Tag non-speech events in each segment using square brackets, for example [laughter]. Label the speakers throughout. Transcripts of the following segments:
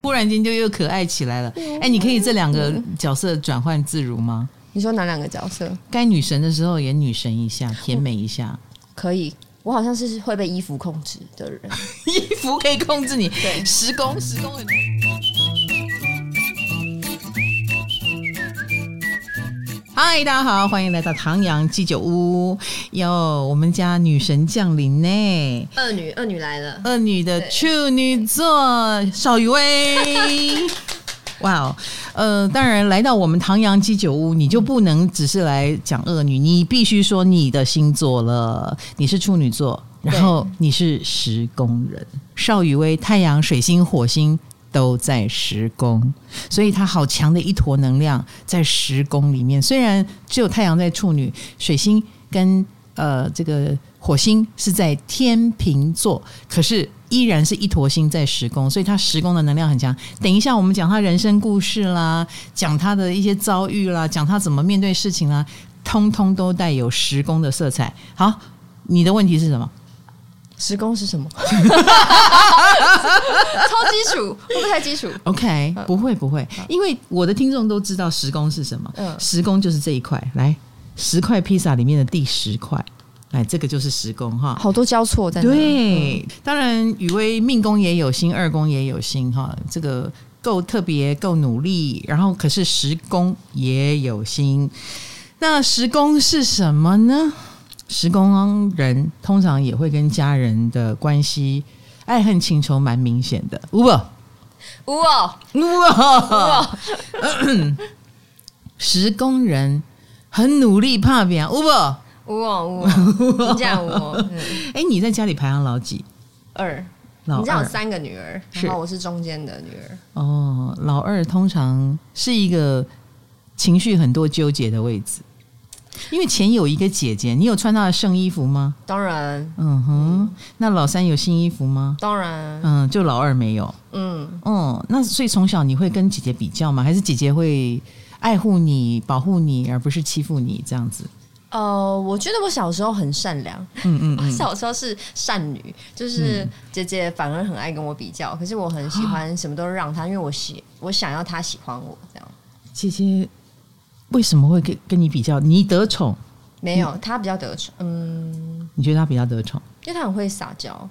Speaker 1: 忽然间就又可爱起来了。哎、你可以这两个角色转换自如吗？
Speaker 2: 你说哪两个角色？
Speaker 1: 该女神的时候也女神一下，甜美一下。
Speaker 2: 可以，我好像是会被衣服控制的人。
Speaker 1: 衣服可以控制你，十公十公很多。嗨，大家好，欢迎来到唐阳鸡酒屋。哟，我们家女神降临呢，
Speaker 2: 二女，二女来了。
Speaker 1: 二女的处女座邵雨薇。哇哦，呃，当然来到我们唐阳鸡酒屋，你就不能只是来讲恶女，你必须说你的星座了。你是处女座，然后你是十宫人，邵雨薇太阳、水星、火星都在十宫，所以她好强的一坨能量在十宫里面。虽然只有太阳在处女，水星跟呃这个火星是在天平座，可是依然是一坨星在十宫，所以他十宫的能量很强。等一下我们讲他人生故事啦，讲他的一些遭遇啦，讲他怎么面对事情啦，通通都带有十宫的色彩。好，你的问题是什么？
Speaker 2: 十宫是 [laughs] 什么？超基础，会不会太基础？
Speaker 1: OK，不会不会，因为我的听众都知道十宫是什么，
Speaker 2: 嗯
Speaker 1: 十宫就是这一块，来，十块披萨里面的第十块，来，这个就是十宫哈。
Speaker 2: 好多交错在那。
Speaker 1: 对，当然雨薇命宫也有星，二宫也有星哈，这个够特别，够努力，然后可是十宫也有星，那十宫是什么呢？十宫人通常也会跟家人的关系哎爱恨情仇蛮明显的，五宝。
Speaker 2: 呜哦，
Speaker 1: 哇！十工人很努力怕别人，乌不？
Speaker 2: 呜哦，呜哦，你这样呜哦。嗯
Speaker 1: 哎、你在家里排行老几？
Speaker 2: 二，
Speaker 1: 老
Speaker 2: 你知道我
Speaker 1: 二
Speaker 2: 三个女儿，
Speaker 1: 是
Speaker 2: 然后我是中间的女儿。
Speaker 1: 哦，老二通常是一个情绪很多纠结的位置，因为前有一个姐姐，你有穿她的圣衣服吗？
Speaker 2: 当然，
Speaker 1: 嗯哼，那老三有新衣服吗？
Speaker 2: 当然，
Speaker 1: 嗯，就老二没有。
Speaker 2: 嗯，
Speaker 1: 嗯，那所以从小你会跟姐姐比较吗？还是姐姐会爱护你、保护你，而不是欺负你这样子？
Speaker 2: 呃，我觉得我小时候很善良，
Speaker 1: 嗯嗯
Speaker 2: 我小时候啊是善女，就是姐姐反而很爱跟我比较，可是我很喜
Speaker 1: 啊
Speaker 2: 欢什么都让她，因为我喜我想要她喜欢我这样。
Speaker 1: 姐姐为什么会跟跟你比较？你得宠，
Speaker 2: 没有，她比较得宠，嗯，
Speaker 1: 你觉得她比较得宠，
Speaker 2: 因为她很会撒娇，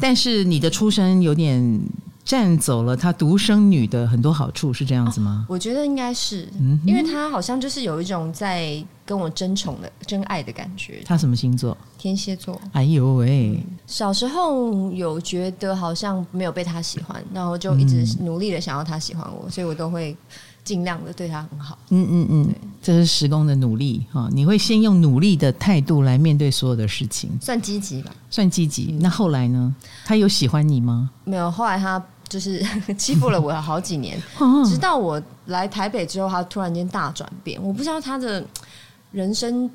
Speaker 1: 但是你的出身有点占走了她独生女的很多好处，是这样子吗？
Speaker 2: 我觉得应该是，
Speaker 1: 嗯哼
Speaker 2: 因为她好像就是有一种在跟我争宠的、真爱的感觉。
Speaker 1: 她什么星座？
Speaker 2: 天蝎座，
Speaker 1: 哎呦喂，
Speaker 2: 小时候有觉得好像没有被她喜欢，然后就一
Speaker 1: 嗯
Speaker 2: 直努力的想要她喜欢我，所以我都会尽量的对她很好。
Speaker 1: 嗯嗯嗯，这是时工的努力哈、你会先用努力的态度来面对所有的事情，
Speaker 2: 算积极吧。
Speaker 1: 算积极。那后来呢？她有喜欢你吗？
Speaker 2: 没有，后来他就是 [laughs] 欺负了我好几年，
Speaker 1: 啊
Speaker 2: 直到我来台北之后，他突然间大转变。我不知道他的人生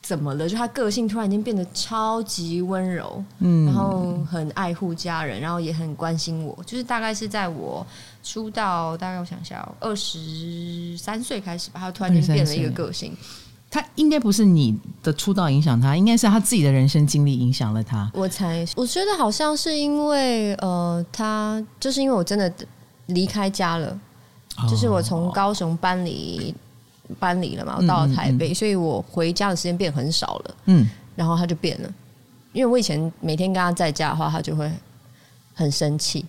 Speaker 2: 怎么了，就他个性突然间变得超级温柔，然
Speaker 1: 嗯
Speaker 2: 后很爱护家人，然后也很关心我。就是大概是在我出道，大概我想一下哦，二十三岁开始吧，他突然间变了一个个性。
Speaker 1: 她应该不是你的出道影响她，应该是她自己的人生经历影响了她。
Speaker 2: 我才我觉得好像是因为呃，他就是因为我真的离开家了。
Speaker 1: 哦
Speaker 2: 就是我从高雄搬离搬离了嘛，我到了台北，所以我回家的时间变很少了。
Speaker 1: 嗯，
Speaker 2: 然后他就变了，因为我以前每天跟他在家的话，他就会很生气。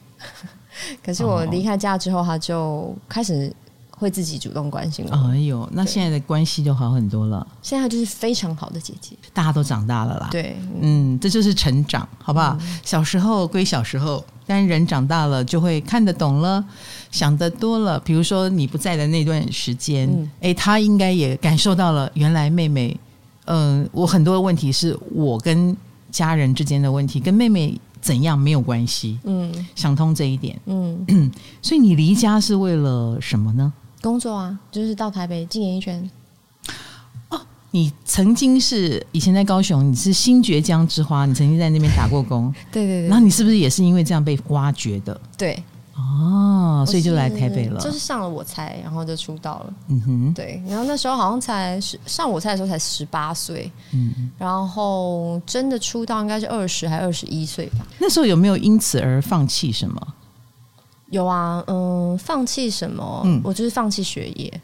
Speaker 2: [laughs] 可是我
Speaker 1: 哦
Speaker 2: 离开家之后，他就开始会自己主动关心我。
Speaker 1: 哎呦，那现在的关系就好很多了，
Speaker 2: 现在她就是非常好的姐姐，
Speaker 1: 大家都长大了啦。，
Speaker 2: 对，
Speaker 1: 嗯，这就是成长，好不好？
Speaker 2: 嗯
Speaker 1: 小时候归小时候，但人长大了就会看得懂了，想得多了。比如说你不在的那段时间，哎、
Speaker 2: 嗯
Speaker 1: 他应该也感受到了，原来妹妹，嗯、我很多问题是我跟家人之间的问题，跟妹妹怎样没有关系，
Speaker 2: 嗯
Speaker 1: 想通这一点。
Speaker 2: 嗯，
Speaker 1: 所以你离家是为了什么呢？
Speaker 2: 工作啊，就是到台北进演艺圈，
Speaker 1: 你曾经是以前在高雄，你是新爵江之花，你曾经在那边打过工，
Speaker 2: 对 [laughs] 对
Speaker 1: 然后你是不是也是因为这样被挖掘的？
Speaker 2: 对，
Speaker 1: 哦，所以就来台北了。
Speaker 2: 就是上了我猜，然后就出道了。
Speaker 1: 嗯哼，
Speaker 2: 对，然后那时候好像才十上我菜的时候才十八岁，
Speaker 1: 嗯，
Speaker 2: 然后真的出道应该是二十还二十一岁吧。
Speaker 1: 那时候有没有因此而放弃什么？
Speaker 2: 有啊，嗯，放弃什么？
Speaker 1: 嗯
Speaker 2: 我就是放弃学业，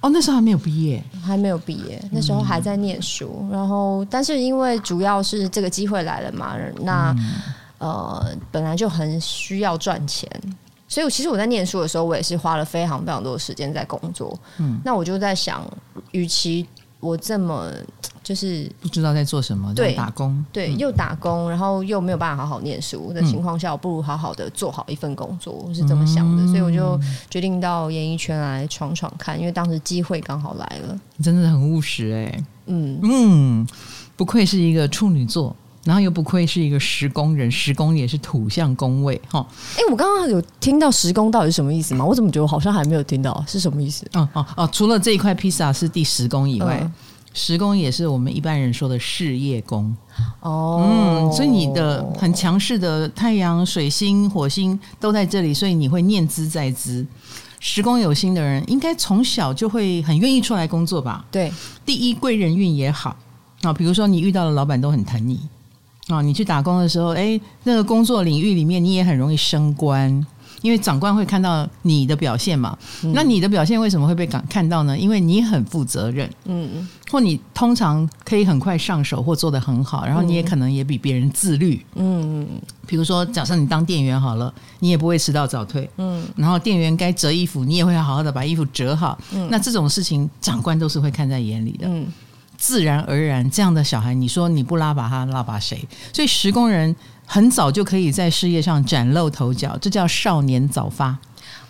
Speaker 1: 哦，那时候还没有毕业，
Speaker 2: 还没有毕业，那时候还在念书。然后，但是因为主要是这个机会来了嘛，那、呃，本来就很需要赚钱，所以我其实我在念书的时候，我也是花了非常非常多的时间在工作。嗯，那我就在想，与其我这么就是
Speaker 1: 不知道在做什么，
Speaker 2: 对
Speaker 1: 在打工。
Speaker 2: 对，又打工，然后又没有办法好好念书的情况下，我不如好好的做好一份工作，我是这么想的，所以我就决定到演艺圈来闯闯看，因为当时机会刚好来了。
Speaker 1: 你真的很务实哎、
Speaker 2: 嗯，
Speaker 1: 嗯，不愧是一个处女座，然后又不愧是一个十宫人，十宫也是土象宫位哈。
Speaker 2: 哎、我刚刚有听到时工到底是什么意思吗？我怎么觉得我好像还没有听到是什么意思？
Speaker 1: 哦哦哦，除了这一块披萨是第十宫以外，
Speaker 2: 嗯
Speaker 1: 十宫也是我们一般人说的事业宫。
Speaker 2: 哦，
Speaker 1: 嗯，所以你的很强势的太阳、水星、火星都在这里，所以你会念兹在兹。十宫有星的人，应该从小就会很愿意出来工作吧？
Speaker 2: 对，
Speaker 1: 第一贵人运也好啊，比如说你遇到的老板都很疼你啊，你去打工的时候，哎，那个工作领域里面你也很容易升官，因为长官会看到你的表现嘛。那你的表现为什么会被感看到呢？因为你很负责任，
Speaker 2: 嗯，
Speaker 1: 或你通常可以很快上手或做得很好，然后你也可能也比别人自律。
Speaker 2: 嗯
Speaker 1: 比如说，假设你当店员好了，你也不会迟到早退，嗯，然后店员该折衣服，你也会好好的把衣服折好。那这种事情，长官都是会看在眼里的。
Speaker 2: 嗯，
Speaker 1: 自然而然，这样的小孩，你说你不拉拔他，拉拔谁？所以时工人很早就可以在事业上崭露头角，这叫少年早发。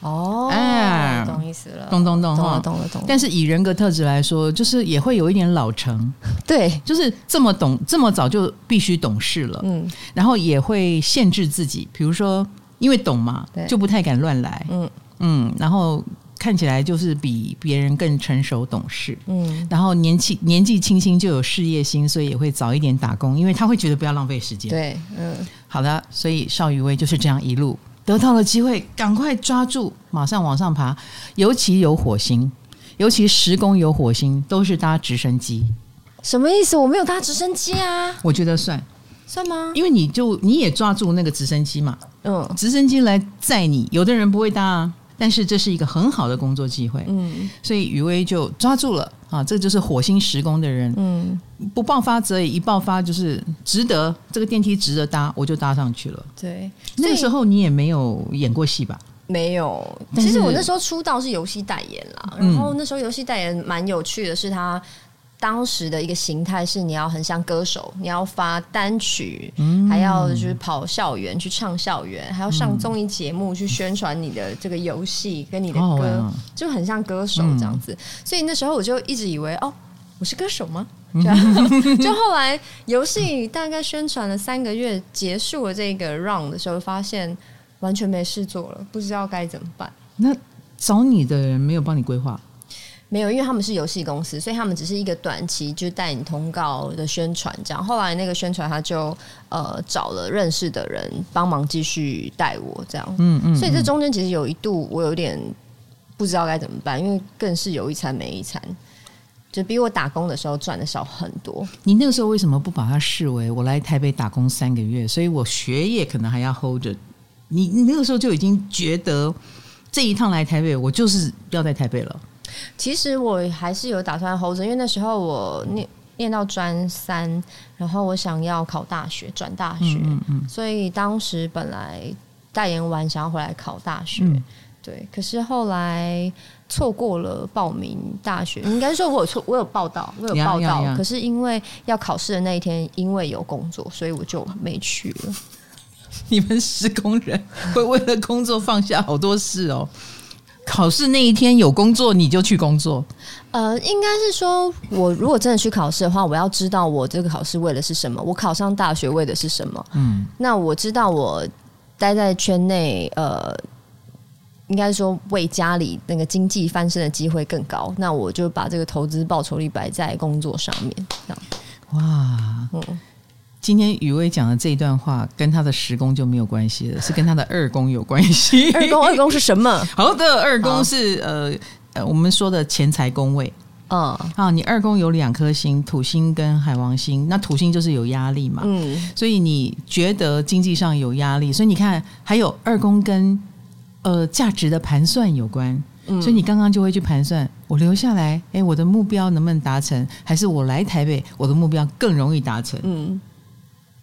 Speaker 2: 哦，
Speaker 1: 哎
Speaker 2: 懂意思了，
Speaker 1: 咚咚咚
Speaker 2: 懂
Speaker 1: 哈
Speaker 2: 了，懂了，懂了。
Speaker 1: 但是以人格特质来说，就是也会有一点老成，
Speaker 2: 对，
Speaker 1: 就是这么懂，这么早就必须懂事了，
Speaker 2: 嗯
Speaker 1: 然后也会限制自己，比如说因为懂嘛
Speaker 2: 对，
Speaker 1: 就不太敢乱来，
Speaker 2: 嗯
Speaker 1: 嗯，然后看起来就是比别人更成熟懂事。
Speaker 2: 嗯，
Speaker 1: 然后年轻年纪轻轻就有事业心，所以也会早一点打工，因为他会觉得不要浪费时间。
Speaker 2: 对，嗯
Speaker 1: 好的，所以邵雨薇就是这样一路得到了机会，赶快抓住，马上往上爬。尤其有火星，尤其十宫有火星，都是搭直升机，
Speaker 2: 什么意思？我没有搭直升机啊，
Speaker 1: 我觉得算，
Speaker 2: 算吗？
Speaker 1: 因为你就你也抓住那个直升机嘛，
Speaker 2: 嗯
Speaker 1: 直升机来载你，有的人不会搭啊。但是这是一个很好的工作机会，
Speaker 2: 嗯
Speaker 1: 所以雨薇就抓住了啊！这就是火星十宫的人，
Speaker 2: 嗯。
Speaker 1: 不爆发则已，一爆发就是值得。这个电梯值得搭，我就搭上去了。
Speaker 2: 对，
Speaker 1: 那个时候你也没有演过戏吧？
Speaker 2: 没有。
Speaker 1: 但
Speaker 2: 其实
Speaker 1: 是
Speaker 2: 我那时候出道是游戏代言啦，
Speaker 1: 嗯
Speaker 2: 然后那时候游戏代言蛮有趣的，是他。当时的一个形态是，你要很像歌手，你要发单曲，
Speaker 1: 嗯
Speaker 2: 还要就是跑校园去唱校园，还要上综艺节目去宣传你的这个游戏跟你的
Speaker 1: 好好
Speaker 2: 歌，
Speaker 1: 玩哦
Speaker 2: 就很像歌手这样子。所以那时候我就一直以为，哦，我是歌手吗？就 [laughs] 后来游戏大概宣传了三个月，结束了这个 round 的时候，发现完全没事做了，不知道该怎么办。
Speaker 1: 那找你的人没有帮你规划，
Speaker 2: 没有，因为他们是游戏公司，所以他们只是一个短期就带你通告的宣传这样。后来那个宣传他就呃找了认识的人帮忙继续带我这样，
Speaker 1: 嗯嗯
Speaker 2: 所以这中间其实有一度我有点不知道该怎么办，因为更是有一餐没一餐，就比我打工的时候赚的少很多。
Speaker 1: 你那个时候为什么不把它视为我来台北打工三个月，所以我学业可能还要 hold 着？你你那个时候就已经觉得这一趟来台北，我就是要在台北了。
Speaker 2: 其实我还是有打算 hold 着，因为那时候我念念到专三，然后我想要考大学，转大学，
Speaker 1: 嗯
Speaker 2: 所以当时本来代言完想要回来考大学，
Speaker 1: 嗯
Speaker 2: 对，可是后来错过了报名大学，应该说我有错，我有报道，我有
Speaker 1: 呀
Speaker 2: 报
Speaker 1: 呀
Speaker 2: 道
Speaker 1: 呀
Speaker 2: 可是因为要考试的那一天，因为有工作，所以我就没去了。
Speaker 1: [laughs] 你们施工人会为了工作放下好多事哦。考试那一天有工作你就去工作，
Speaker 2: 呃，应该是说，我如果真的去考试的话，我要知道我这个考试为的是什么，我考上大学为的是什么。
Speaker 1: 嗯，
Speaker 2: 那我知道我待在圈内，呃，应该说为家里那个经济翻身的机会更高，那我就把这个投资报酬率摆在工作上面，
Speaker 1: [laughs]
Speaker 2: 这样。
Speaker 1: 哇，
Speaker 2: 嗯
Speaker 1: 今天雨薇讲的这一段话跟她的十宫就没有关系了，是跟她的二宫有关系。
Speaker 2: 二宫，二宫是什么？
Speaker 1: [laughs] 好的，二
Speaker 2: 好
Speaker 1: 宫是呃呃我们说的钱财宫位
Speaker 2: 嗯
Speaker 1: 啊，你二宫有两颗星，土星跟海王星，那土星就是有压力嘛，
Speaker 2: 嗯，
Speaker 1: 所以你觉得经济上有压力，所以你看还有二宫跟呃价值的盘算有关。
Speaker 2: 嗯
Speaker 1: 所以你刚刚就会去盘算，我留下来，哎、我的目标能不能达成？还是我来台北，我的目标更容易达成？
Speaker 2: 嗯，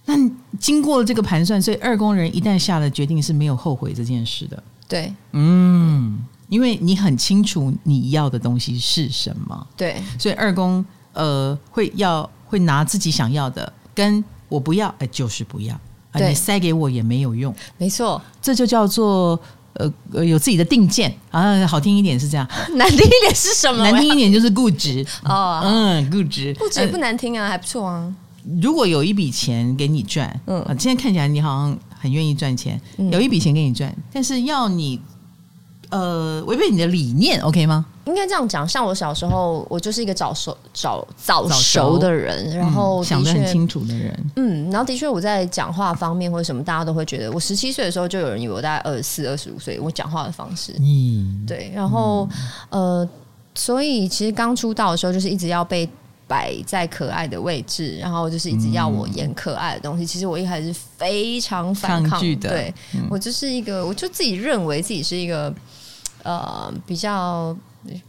Speaker 1: 那经过了这个盘算，所以二宫人一旦下了决定是没有后悔这件事的。
Speaker 2: 对
Speaker 1: 嗯，因为你很清楚你要的东西是什么，
Speaker 2: 对
Speaker 1: 所以二宫呃会要会拿自己想要的跟我不要，哎、就是不要，啊，
Speaker 2: 对
Speaker 1: 你塞给我也没有用，
Speaker 2: 没
Speaker 1: [laughs]
Speaker 2: 错，
Speaker 1: 这就叫做。呃呃，有自己的定见啊，好听一点是这样，
Speaker 2: 难听一点是什么？
Speaker 1: 难听一点就是固执。
Speaker 2: 哦，
Speaker 1: 嗯，固执。
Speaker 2: 不止不难听啊，还不错啊。
Speaker 1: 如果有一笔钱给你赚，嗯
Speaker 2: 嗯，
Speaker 1: 现在看起来你好像很愿意赚钱，
Speaker 2: 嗯
Speaker 1: 有一笔钱给你赚，但是要你呃违背你的理念，OK 吗？
Speaker 2: 应该这样讲，像我小时候，我就是一个早熟、早早
Speaker 1: 早熟
Speaker 2: 熟的人，然
Speaker 1: 嗯
Speaker 2: 后的
Speaker 1: 想得很
Speaker 2: 确，
Speaker 1: 清楚的人，
Speaker 2: 嗯，然后的确，我在讲话方面或者什么，大家都会觉得，我十七岁的时候就有人以为我大概二十四、二十五岁，我讲话的方式，
Speaker 1: 嗯，
Speaker 2: 对，然后、呃，所以其实刚出道的时候，就是一直要被摆在可爱的位置，然后就是一直要我演可爱的东西。其实我一开始是非常反
Speaker 1: 抗
Speaker 2: 抗
Speaker 1: 拒的嗯
Speaker 2: 对、我就是一个，我就自己认为自己是一个呃比较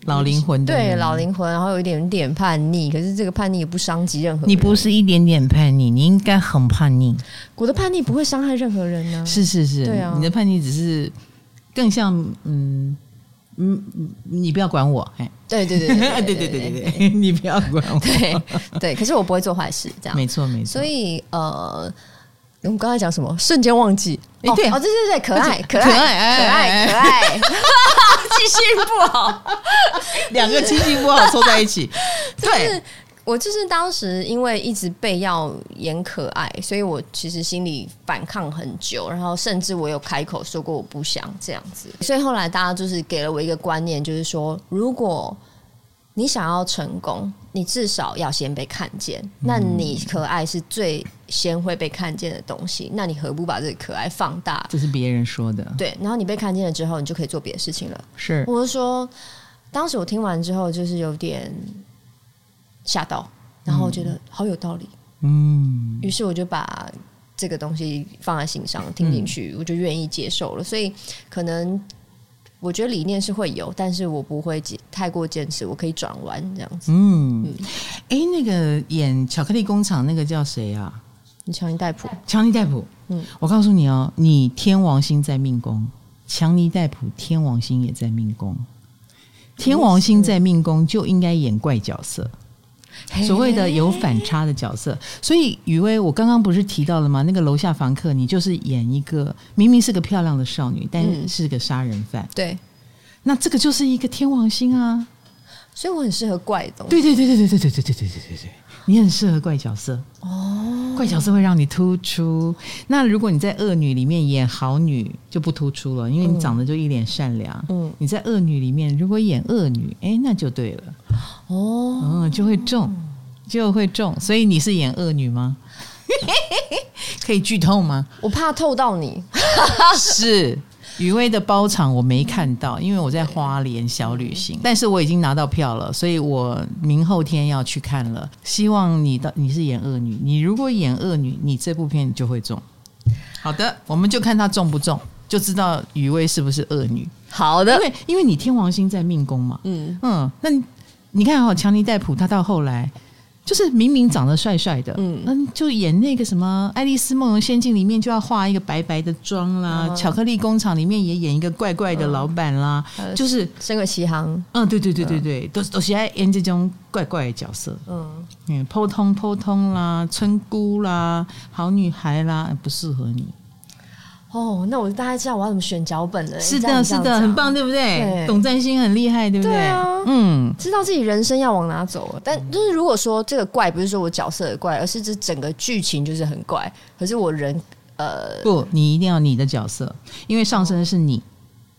Speaker 1: 老灵魂的
Speaker 2: 对
Speaker 1: 人
Speaker 2: 老。灵魂，然后有一点点叛逆，可是这个叛逆也不伤及任何人。
Speaker 1: 你不是一点点叛逆，你应该很叛逆。
Speaker 2: 我的叛逆不会伤害任何人呢、
Speaker 1: 是是是，
Speaker 2: 嗯对啊
Speaker 1: 你的叛逆只是更像嗯嗯，嗯你不要管我，哎，
Speaker 2: 对对对对
Speaker 1: 对 [laughs] 对对对，你不要管我，
Speaker 2: 对对，可是我不会做坏事，这样
Speaker 1: 没错没错。
Speaker 2: 所以呃，我们刚才讲什么？瞬间忘记。
Speaker 1: 诶对
Speaker 2: 哦，对对对，可爱，可
Speaker 1: 可
Speaker 2: 爱，可
Speaker 1: 爱哎哎哎
Speaker 2: 爱，可爱，记性不好。
Speaker 1: 两个亲戚不好凑在一
Speaker 2: [laughs]
Speaker 1: 起，对，
Speaker 2: 我就是当时因为一直被要演可爱，所以我其实心里反抗很久，然后甚至我有开口说过我不想这样子，所以后来大家就是给了我一个观念，就是说如果你想要成功，你至少要先被看见。那你可爱是最先会被看见的东西，那你何不把这个可爱放大？
Speaker 1: 这是别人说的，
Speaker 2: 对，然后你被看见了之后，你就可以做别的事情了。
Speaker 1: 是
Speaker 2: 我是说，当时我听完之后，就是有点吓到，然后我觉得好有道理，
Speaker 1: 嗯，
Speaker 2: 于、是我就把这个东西放在心上，听
Speaker 1: 嗯
Speaker 2: 进去，我就愿意接受了。所以可能我觉得理念是会有，但是我不会坚太过坚持，我可以转弯这样子。
Speaker 1: 嗯，哎、那个演《巧克力工厂》那个叫谁啊？
Speaker 2: 你强尼戴普，
Speaker 1: 强尼戴普。嗯
Speaker 2: 嗯，
Speaker 1: 我告诉你哦，你天王星在命宫，强尼戴普天王星也在命宫。天王星在命宫就应该演怪角色，所谓的有反差的角色。所以雨薇，我刚刚不是提到了吗？那个楼下房客，你就是演一个明明是个漂亮的少女，但
Speaker 2: 嗯
Speaker 1: 是个杀人犯。
Speaker 2: 对，
Speaker 1: 那这个就是一个天王星啊！
Speaker 2: 所以我很适合怪的东西。
Speaker 1: 对对对对对对对对对对对对对，你很适合怪角色哦，怪角色会让你突出。那如果你在恶女里面演好女，就不突出了，因为你长得就一脸善良。嗯
Speaker 2: 嗯，
Speaker 1: 你在恶女里面如果演恶女，哎、那就对了，
Speaker 2: 哦，
Speaker 1: 嗯，就会中，就会中。所以你是演恶女吗？可以剧透吗？
Speaker 2: 我怕透到
Speaker 1: [laughs]
Speaker 2: 你。
Speaker 1: 是余威的包场我没看到，因为我在花莲小旅行，但是我已经拿到票了，所以我明后天要去看了。希望你的你是演恶女，你如果演恶女，你这部片就会中。好的，我们就看她中不中，就知道余威是不是恶女，
Speaker 2: 好
Speaker 1: 因
Speaker 2: 的，
Speaker 1: 为因为你天王星在命宫嘛，
Speaker 2: 嗯，
Speaker 1: 嗯，那你你看哦，强尼戴普他到后来就是明明长得帅帅的，嗯
Speaker 2: 嗯
Speaker 1: 就演那个什么《爱丽丝梦游仙境》里面就要化一个白白的妆啦，
Speaker 2: 嗯
Speaker 1: 巧克力工厂》里面也演一个怪怪的老板啦，
Speaker 2: 嗯
Speaker 1: 就是
Speaker 2: 身为奇行，
Speaker 1: 嗯，对对对对对，都都喜爱演这种怪怪的角色，
Speaker 2: 嗯，
Speaker 1: 嗯，扑通扑通啦，村姑啦，好女孩啦，呃不适合你。
Speaker 2: 哦，那我大概知道我要怎么选脚本了。
Speaker 1: 是
Speaker 2: 你这样啊
Speaker 1: 的，是的，很。棒，对不对？
Speaker 2: 对
Speaker 1: 董占星很厉害，对不对？
Speaker 2: 对啊
Speaker 1: 嗯，
Speaker 2: 你这样讲知道自己人生要往哪走了，但就是如果说这个怪不是说我角色的怪，而是这整个剧情就是很怪，可是我人呃
Speaker 1: 不，你一定要你的角色，因为上身是你。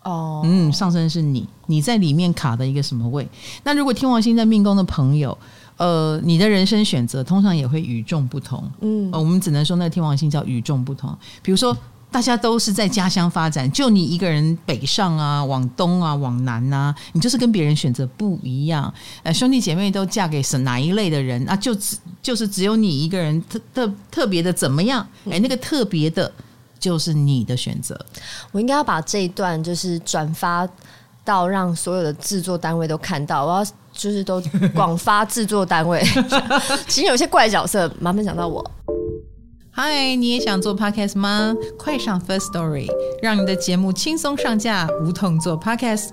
Speaker 2: 哦，
Speaker 1: 嗯，上升是你，你在里面卡的一个什么位？那如果天王星在命宫的朋友，呃，你的人生选择通常也会与众不同。
Speaker 2: 嗯
Speaker 1: 呃我们只能说那个天王星叫与众不同。比如说，大家都是在家乡发展，就你一个人北上啊，往东啊，往南啊，你就是跟别人选择不一样。呃，兄弟姐妹都嫁给是哪一类的人啊？就只就是只有你一个人特特特别的怎么样？哎、那个特别的。就是你的选择。
Speaker 2: 我应该要把这一段就是转发到让所有的制作单位都看到，我要就是都广发制作
Speaker 1: [laughs]
Speaker 2: 单位。其实有些怪角色，麻烦讲到我。
Speaker 1: 嗨，你也想做 podcast 吗？快上 First Story，让你的节目轻松上架，无痛做 podcast。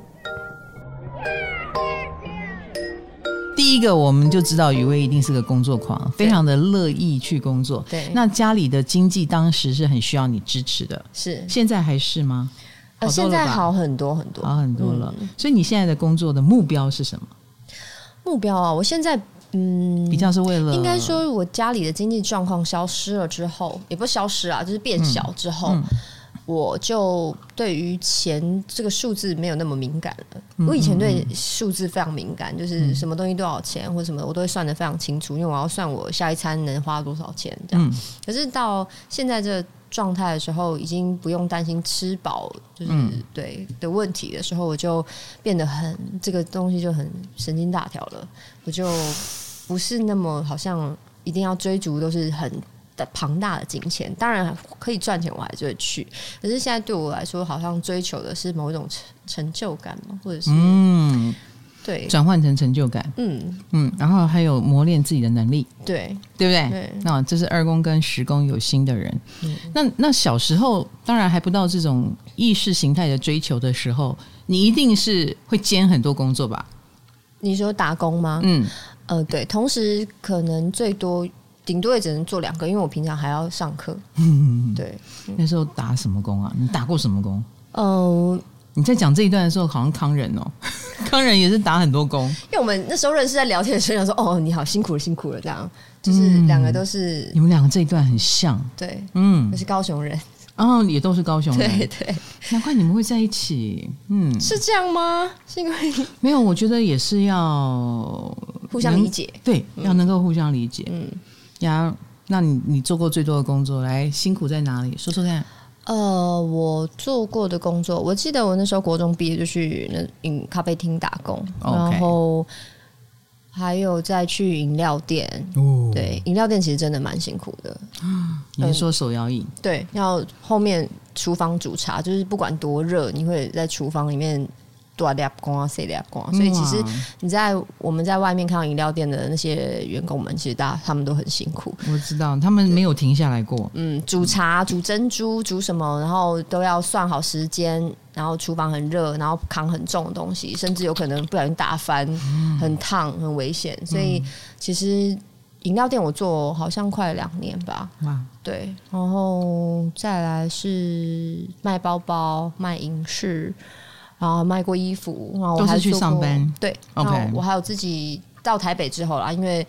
Speaker 1: 第一个，我们就知道雨薇一定是个工作狂，非常的乐意去工作。
Speaker 2: 对
Speaker 1: 那家里的经济当时是很需要你支持的，
Speaker 2: 是，
Speaker 1: 现在还是吗？
Speaker 2: 呃，
Speaker 1: 好多
Speaker 2: 现
Speaker 1: 了吧
Speaker 2: 在好很多很多，
Speaker 1: 好很多了。
Speaker 2: 嗯
Speaker 1: 所以你现在的工作的目标是什么？
Speaker 2: 目标啊，我现在嗯
Speaker 1: 比，较是为了
Speaker 2: 应该说我家里的经济状况消失了之后，也不是消失啊，就是变小之后。我就对于钱这个数字没有那么敏感了。我以前对数字非常敏感，就是什么东西多少钱或什么，我都会算得非常清楚，因为我要算我下一餐能花多少钱
Speaker 1: 嗯
Speaker 2: 这样。可是到现在这个状态的时候，已经不用担心吃饱
Speaker 1: 嗯
Speaker 2: 就是、对的问题的时候，我就变得很这个东西就很神经大条了，我就不是那么好像一定要追逐都是很的庞大的金钱，当然可以赚钱，我还是会去。可是现在对我来说，好像追求的是某一种成成就感嘛，或者是、
Speaker 1: 嗯，
Speaker 2: 对，
Speaker 1: 转换成成就感，
Speaker 2: 嗯，
Speaker 1: 嗯，然后还有磨练自己的能力，
Speaker 2: 对，
Speaker 1: 对不对？
Speaker 2: 对嗯
Speaker 1: 那这是二宫跟十宫有心的人。那那小时候当然还不到这种意识形态的追求的时候，你一定是会兼很多工作吧？
Speaker 2: 你说打工吗？
Speaker 1: 嗯，
Speaker 2: 呃，对，同时可能最多顶多也只能做两个，因为我平常还要上课。对，
Speaker 1: 那时候打什么工啊？你打过什么工？
Speaker 2: 嗯、
Speaker 1: 你在讲这一段的时候，好像康仁哦， [laughs] 康仁也是打很多工，
Speaker 2: 因为我们那时候认识，在聊天的时候想说，哦，你好辛苦了，辛苦了，这样，就是两个都是、
Speaker 1: 你们两个这一段很像，
Speaker 2: 对，
Speaker 1: 嗯
Speaker 2: 都，是高雄人，
Speaker 1: 然后也都是高雄
Speaker 2: 嗯对
Speaker 1: 人，
Speaker 2: 对，
Speaker 1: 难怪你们会在一起。嗯，
Speaker 2: 是这样吗？是因为
Speaker 1: 没有，我觉得也是要
Speaker 2: 互相理解，
Speaker 1: 对，要能够互相理解。
Speaker 2: 嗯。
Speaker 1: 呀，那你你做过最多的工作，来辛苦在哪里？说说看。
Speaker 2: 呃，我做过的工作，我记得我那时候国中毕业就去那饮咖啡厅打工
Speaker 1: OK
Speaker 2: 然后还有再去饮料店。
Speaker 1: 哦，
Speaker 2: 对，饮料店其实真的蛮辛苦的。
Speaker 1: 你是说手摇饮，
Speaker 2: 对，要后面厨房煮茶，就是不管多热，你会在厨房里面多两光啊，塞两光。所以其实
Speaker 1: 哇
Speaker 2: 你在我们在外面看到饮料店的那些员工们，其实大家他们都很辛苦。
Speaker 1: 我知道他们没有停下来过。
Speaker 2: 嗯，煮茶、煮珍珠、煮什么，然后都要算好时间，然后厨房很热，然后扛很重的东西，甚至有可能不小心打翻，很烫，很危险。所以其实饮料店我做好像快两年吧，
Speaker 1: 哇，
Speaker 2: 对，然后再来是卖包包、卖银饰，然后卖过衣服，然后我
Speaker 1: 都是
Speaker 2: 还
Speaker 1: 去
Speaker 2: 做过
Speaker 1: 上班
Speaker 2: 对，然
Speaker 1: OK
Speaker 2: 后我还有自己到台北之后啦，因为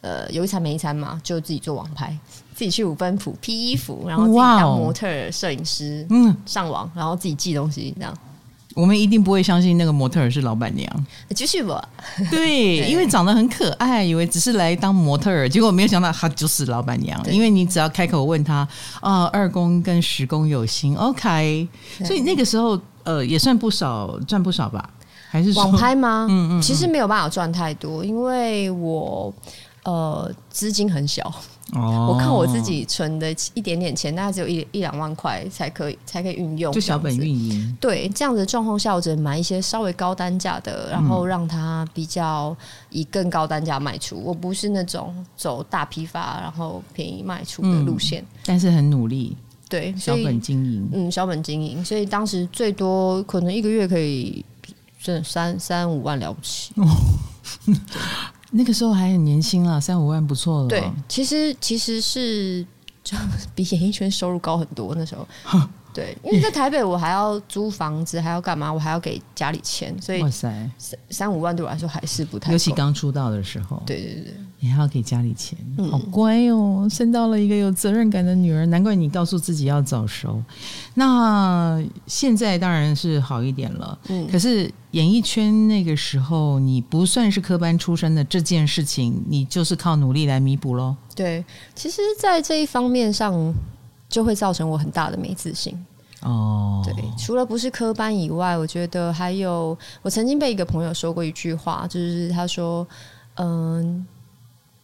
Speaker 2: 呃有一餐没一餐嘛，就自己做网拍，自己去五分埔批衣服，然后自己
Speaker 1: 哇
Speaker 2: 当
Speaker 1: 哦
Speaker 2: 模特儿、摄影师，
Speaker 1: 嗯，
Speaker 2: 上网，然后自己寄东西这样。
Speaker 1: 我们一定不会相信那个模特儿是老板
Speaker 2: [laughs]
Speaker 1: 娘，
Speaker 2: 就是我，
Speaker 1: 对，因为长得很可爱，以为只是来当模特儿，结果没有想到她就是老板娘。
Speaker 2: 对
Speaker 1: 因为你只要开口问她，啊、二宫跟十宫有心，OK，
Speaker 2: 对
Speaker 1: 所以那个时候呃也算不少，赚不少吧？还是说
Speaker 2: 网拍吗？
Speaker 1: 嗯
Speaker 2: 嗯嗯，其实没有办法赚太多，因为我呃资金很小。
Speaker 1: 哦
Speaker 2: 我看我自己存的一点点钱，大概只有一一两万块才可以才可以运用，
Speaker 1: 就小本
Speaker 2: 这样子。
Speaker 1: 运营，
Speaker 2: 对，这样子的状况下，我只能买一些稍微高单价的，然
Speaker 1: 嗯
Speaker 2: 后让它比较以更高单价卖出。我不是那种走大批发然后便宜卖出的路线，
Speaker 1: 但是很努力，
Speaker 2: 对，
Speaker 1: 嗯小
Speaker 2: 所以
Speaker 1: 本经营。
Speaker 2: 嗯小本经营，所以当时最多可能一个月可以挣三三五万了不起。
Speaker 1: 那个时候还很年轻啦，三五万不错了。
Speaker 2: 对，其实其实是就 [laughs] 比演艺圈收入高很多那时候。对，因为在台北我还要租房子，还要干嘛？我还要给家里钱，所以
Speaker 1: 哇塞，
Speaker 2: 三三五万对我来说还是不太够。
Speaker 1: 尤其刚出道的时候，
Speaker 2: 对对嗯对对，
Speaker 1: 你还要给家里钱，好乖哦，生到了一个有责任感的女儿，难怪你告诉自己要早熟。那现在当然是好一点了，
Speaker 2: 嗯
Speaker 1: 可是演艺圈那个时候，你不算是科班出身的这件事情，你就是靠努力来弥补喽。
Speaker 2: 对，其实，在这一方面上。就会造成我很大的没自信。
Speaker 1: 哦，
Speaker 2: 对，除了不是科班以外，我觉得还有，我曾经被一个朋友说过一句话，就是他说：“嗯，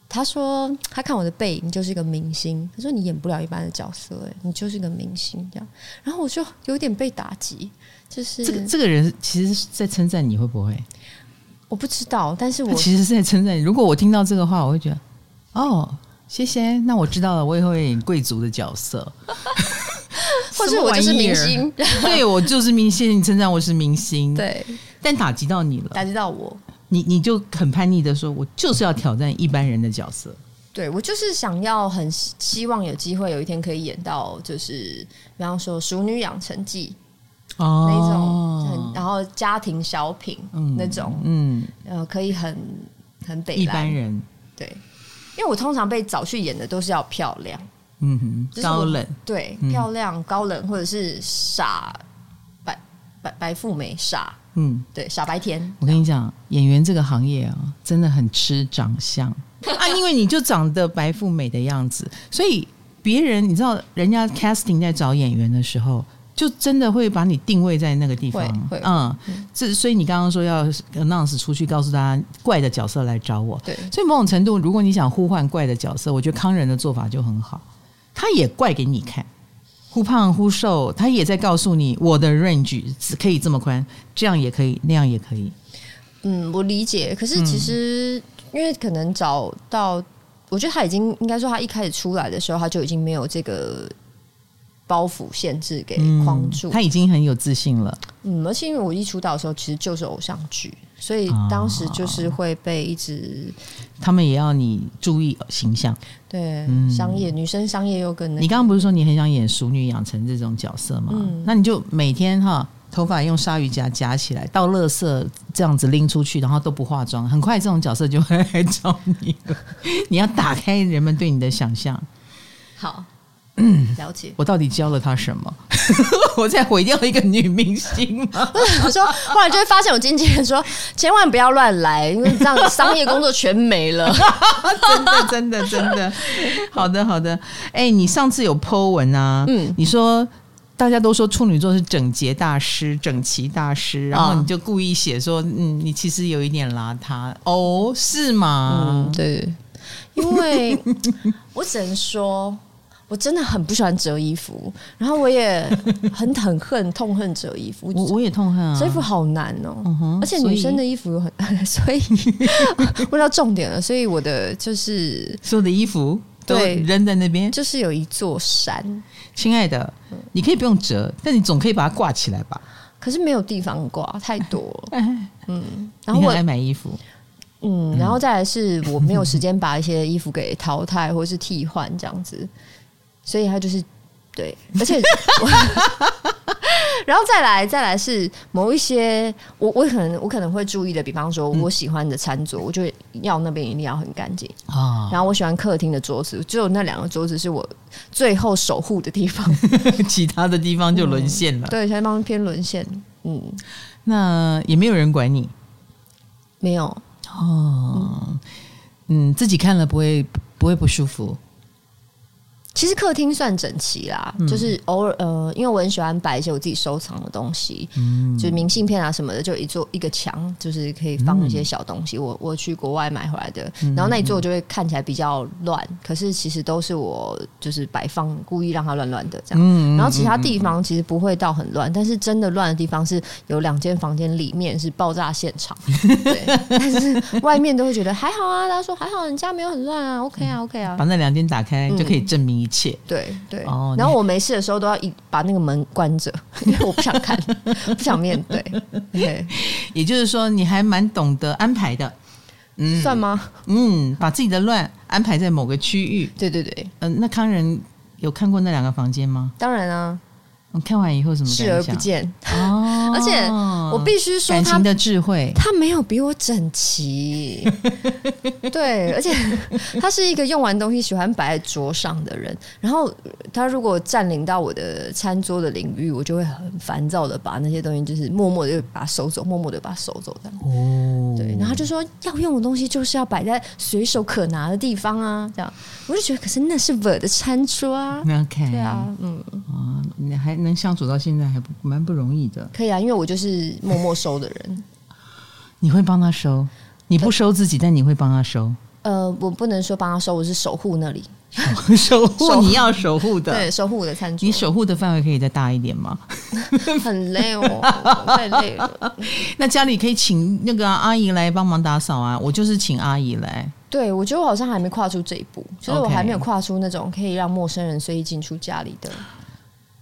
Speaker 2: 他说他看我的背影就是一个明星，他说你演不了一般的角色、欸，哎，你就是一个明星这样。然后我就有点被打击，就是
Speaker 1: 这个这个人其实是在称赞你会不会？
Speaker 2: 我不知道，但是 [laughs]
Speaker 1: 他
Speaker 2: 我
Speaker 1: 其实是在称赞你。如果我听到这个话，我会觉得哦，谢谢，那我知道了，我也会演贵族的角色，
Speaker 2: [laughs] 或是我就是明
Speaker 1: 什么玩意
Speaker 2: 星，
Speaker 1: 儿。 [laughs] 对我就是明星，你称赞我是明星，，
Speaker 2: [laughs] 对，
Speaker 1: 但打击到你了，
Speaker 2: 打击到我，
Speaker 1: 你你就很叛逆的说，我就是要挑战一般人的角色。
Speaker 2: 对我就是想要很希希望有机会有一天可以演到，就是比方说《熟女养成记》
Speaker 1: 哦
Speaker 2: 那种很，然后家庭小品那种，
Speaker 1: 嗯，
Speaker 2: 呃，可以很很北
Speaker 1: 一
Speaker 2: 蓝
Speaker 1: 般人，
Speaker 2: 对，因为我通常被找去演的都是要漂亮，
Speaker 1: 嗯哼，
Speaker 2: 就是我
Speaker 1: 高冷，
Speaker 2: 对，
Speaker 1: 嗯
Speaker 2: 漂亮、高冷或者是傻白白白富美傻，
Speaker 1: 嗯。
Speaker 2: 对，傻白甜，
Speaker 1: 我跟你讲，演员这个行业啊，真的很吃长
Speaker 2: [laughs]
Speaker 1: 相啊，因为你就长得白富美的样子，所以别人你知道，人家 casting 在找演员的时候，就真的会把你定位在那个地方
Speaker 2: 会会。
Speaker 1: 嗯，这所以你刚刚说要 announce 出去，告诉大家怪的角色来找我。
Speaker 2: 对
Speaker 1: 所以某种程度，如果你想呼唤怪的角色，我觉得康仁的做法就很好，他也怪给你看。忽胖忽瘦，他也在告诉你我的 range 只可以这么宽，这样也可以，那样也可以。
Speaker 2: 嗯，我理解。可是其实、因为可能找到，我觉得他已经应该说他一开始出来的时候，他就已经没有这个包袱限制给框住。
Speaker 1: 嗯他已经很有自信了。
Speaker 2: 嗯，而且因为我一出道的时候其实就是偶像剧，所以
Speaker 1: 啊
Speaker 2: 当时就是会被一直
Speaker 1: 他们也要你注意形象。
Speaker 2: 对、商业女生商业又跟那
Speaker 1: 嗯你刚刚不是说你很想演熟女养成这种角色吗？那你就每天哈头发用鲨鱼夹夹起来，到垃圾这样子拎出去，然后都不化妆，很快这种角色就会来找你了。 [laughs] 你要打开人们对你的想象，
Speaker 2: 好。了解。 [coughs]
Speaker 1: 我到底教了他什么？ [laughs] 我在毁掉一个女明星吗？
Speaker 2: 我说，后来就会发现我经纪人说，千万不要乱来，因为这样商业工作全没了。
Speaker 1: 真的， [laughs] 真的，真的。好的，好的。哎、你上次有 Po 文啊？嗯，你说大家都说处女座是整洁大师、整齐大师，然后
Speaker 2: 啊
Speaker 1: 你就故意写说，嗯，你其实有一点邋遢哦，是吗？
Speaker 2: 嗯，对，因
Speaker 1: [laughs]
Speaker 2: 为我只能说，我真的很不喜欢折衣服，然后我也很很恨痛恨折衣服。
Speaker 1: 我我也痛恨啊嗯
Speaker 2: 折衣。服好难哦、
Speaker 1: 哼
Speaker 2: 而且
Speaker 1: 所以
Speaker 2: 女生的衣服有很， [laughs] 所以问到重点了，所以我的就是
Speaker 1: 所有的衣服都
Speaker 2: 对
Speaker 1: 扔在那边。
Speaker 2: 就是有一座山，
Speaker 1: 亲爱的，你可以不用折，但你总可以把它挂起来吧？
Speaker 2: 可是没有地方挂，太多
Speaker 1: [laughs]
Speaker 2: 了。
Speaker 1: 哎，
Speaker 2: 然后
Speaker 1: 你
Speaker 2: 我
Speaker 1: 很爱买衣服，
Speaker 2: 嗯，然后再来是我没有时间把一些衣服给淘汰或是替换这样子，所以它就是对，而且我，然后再来再来是某一些我我可能我可能会注意的，比方说我喜欢的餐桌，我就要那边一定要很干净，
Speaker 1: 啊、
Speaker 2: 然后我喜欢客厅的桌子，只有那两个桌子是我最后守护的地方，
Speaker 1: [laughs] 其他的地方就沦陷了。
Speaker 2: 对，其他地方偏沦陷，嗯，
Speaker 1: 那也没有人管你，
Speaker 2: 没有，
Speaker 1: 哦，嗯，自己看了不会不会不舒服，
Speaker 2: 其实客厅算整齐啦，
Speaker 1: 嗯
Speaker 2: 就是偶尔呃，因为我很喜欢摆一些我自己收藏的东西，
Speaker 1: 嗯
Speaker 2: 就是明信片啊什么的，就一座一个墙，就是可以放一些小东
Speaker 1: 嗯
Speaker 2: 西。我我去国外买回来的，然后那一座就会看起来比较乱，可是其实都是我就是摆放，故意让它乱乱的这样。
Speaker 1: 嗯
Speaker 2: 然后其他地方其实不会到很乱，但是真的乱的地方是有两间房间里面是爆炸现
Speaker 1: [laughs]
Speaker 2: 场，对，但是外面都会觉得还好啊，大家说还好，你家没有很乱啊，OK 啊，OK 啊
Speaker 1: 把，那两间打开
Speaker 2: 嗯
Speaker 1: 就可以证明一切。
Speaker 2: 对对、
Speaker 1: 哦
Speaker 2: 然后我没事的时候都要一把那个门关着，因为我不想看， [laughs] 不想面对，
Speaker 1: 嗯
Speaker 2: [laughs] 对，
Speaker 1: 也就是说，你还蛮懂得安排的，嗯
Speaker 2: 算吗？
Speaker 1: 嗯，把自己的乱安排在某个区域。
Speaker 2: 对对对，
Speaker 1: 嗯、那康仁有看过那两个房间吗？
Speaker 2: 当然啊，
Speaker 1: 你看完以后什么
Speaker 2: 视而
Speaker 1: 嗯感
Speaker 2: 不
Speaker 1: 想？
Speaker 2: 见。
Speaker 1: 哦
Speaker 2: 而且我必须说
Speaker 1: 感
Speaker 2: 他
Speaker 1: 情。的智慧，
Speaker 2: 他没有比我整齐，对，
Speaker 1: [laughs]
Speaker 2: 而且他是一个用完东西喜欢摆在桌上的人。然后他如果占领到我的餐桌的领域，我就会很烦躁的把那些东西就是默默的把它收走，默默的把它收走这样。
Speaker 1: 哦，
Speaker 2: 对，然后他就说要用的东西就是要摆在随手可拿的地方啊，这样，我就觉得，可是那是我的餐桌啊，
Speaker 1: OK，
Speaker 2: 对，啊，嗯，
Speaker 1: 哦，你还能相处到现在还不蛮不容易的。
Speaker 2: 可以啊，因为我就是
Speaker 1: 嗯
Speaker 2: 默默收的人， [laughs]
Speaker 1: 你会帮他收，你不收自己，但你会帮他收。
Speaker 2: 呃，我不能说帮他收，我是守护那里，
Speaker 1: 守护
Speaker 2: 守
Speaker 1: 你要守护的，
Speaker 2: 对，守护我的餐
Speaker 1: 啊
Speaker 2: 桌。
Speaker 1: 你守护的范围可以再大一点吗？
Speaker 2: 很累
Speaker 1: [laughs]
Speaker 2: 哦，太累了。
Speaker 1: 那家里可以请那个啊、阿姨来帮忙打扫啊，我就是请阿姨来。
Speaker 2: 对，我觉得我好像还没跨出这一步，就是我
Speaker 1: OK
Speaker 2: 还没有跨出那种可以让陌生人随意进出家里的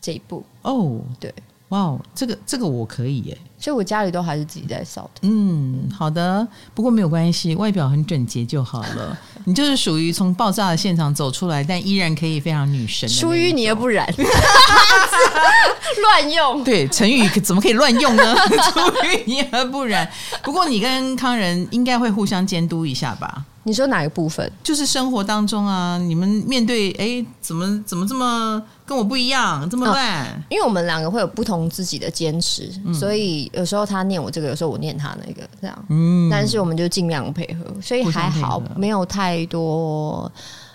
Speaker 2: 这一步。
Speaker 1: 哦，
Speaker 2: 对，
Speaker 1: 哇哦，这个这个我可以耶。
Speaker 2: 所以我家里都还是自己在扫的。
Speaker 1: 嗯，好的，不过没有关系，外表很整洁就好 [laughs] 了。你就是属于从爆炸的现场走出来，但依然可以非常女神的那种。
Speaker 2: 出淤泥而不染， [laughs] 乱用。
Speaker 1: 对成语可怎么可以乱用 [laughs] 呢？出淤泥而啊不染。不过你跟康仁应该会互相监督一下吧？
Speaker 2: 你说哪个部分？
Speaker 1: 就是生活当中啊，你们面对哎，怎么怎么这么跟我不一样，这么烂？
Speaker 2: 因为我们两个会有不同自己的坚持，
Speaker 1: 嗯
Speaker 2: 所以有时候他念我这个，有时候我念他那个，这样。
Speaker 1: 嗯，
Speaker 2: 但是我们就尽量配合，所以
Speaker 1: 互相
Speaker 2: 还好
Speaker 1: 配合，
Speaker 2: 没有太多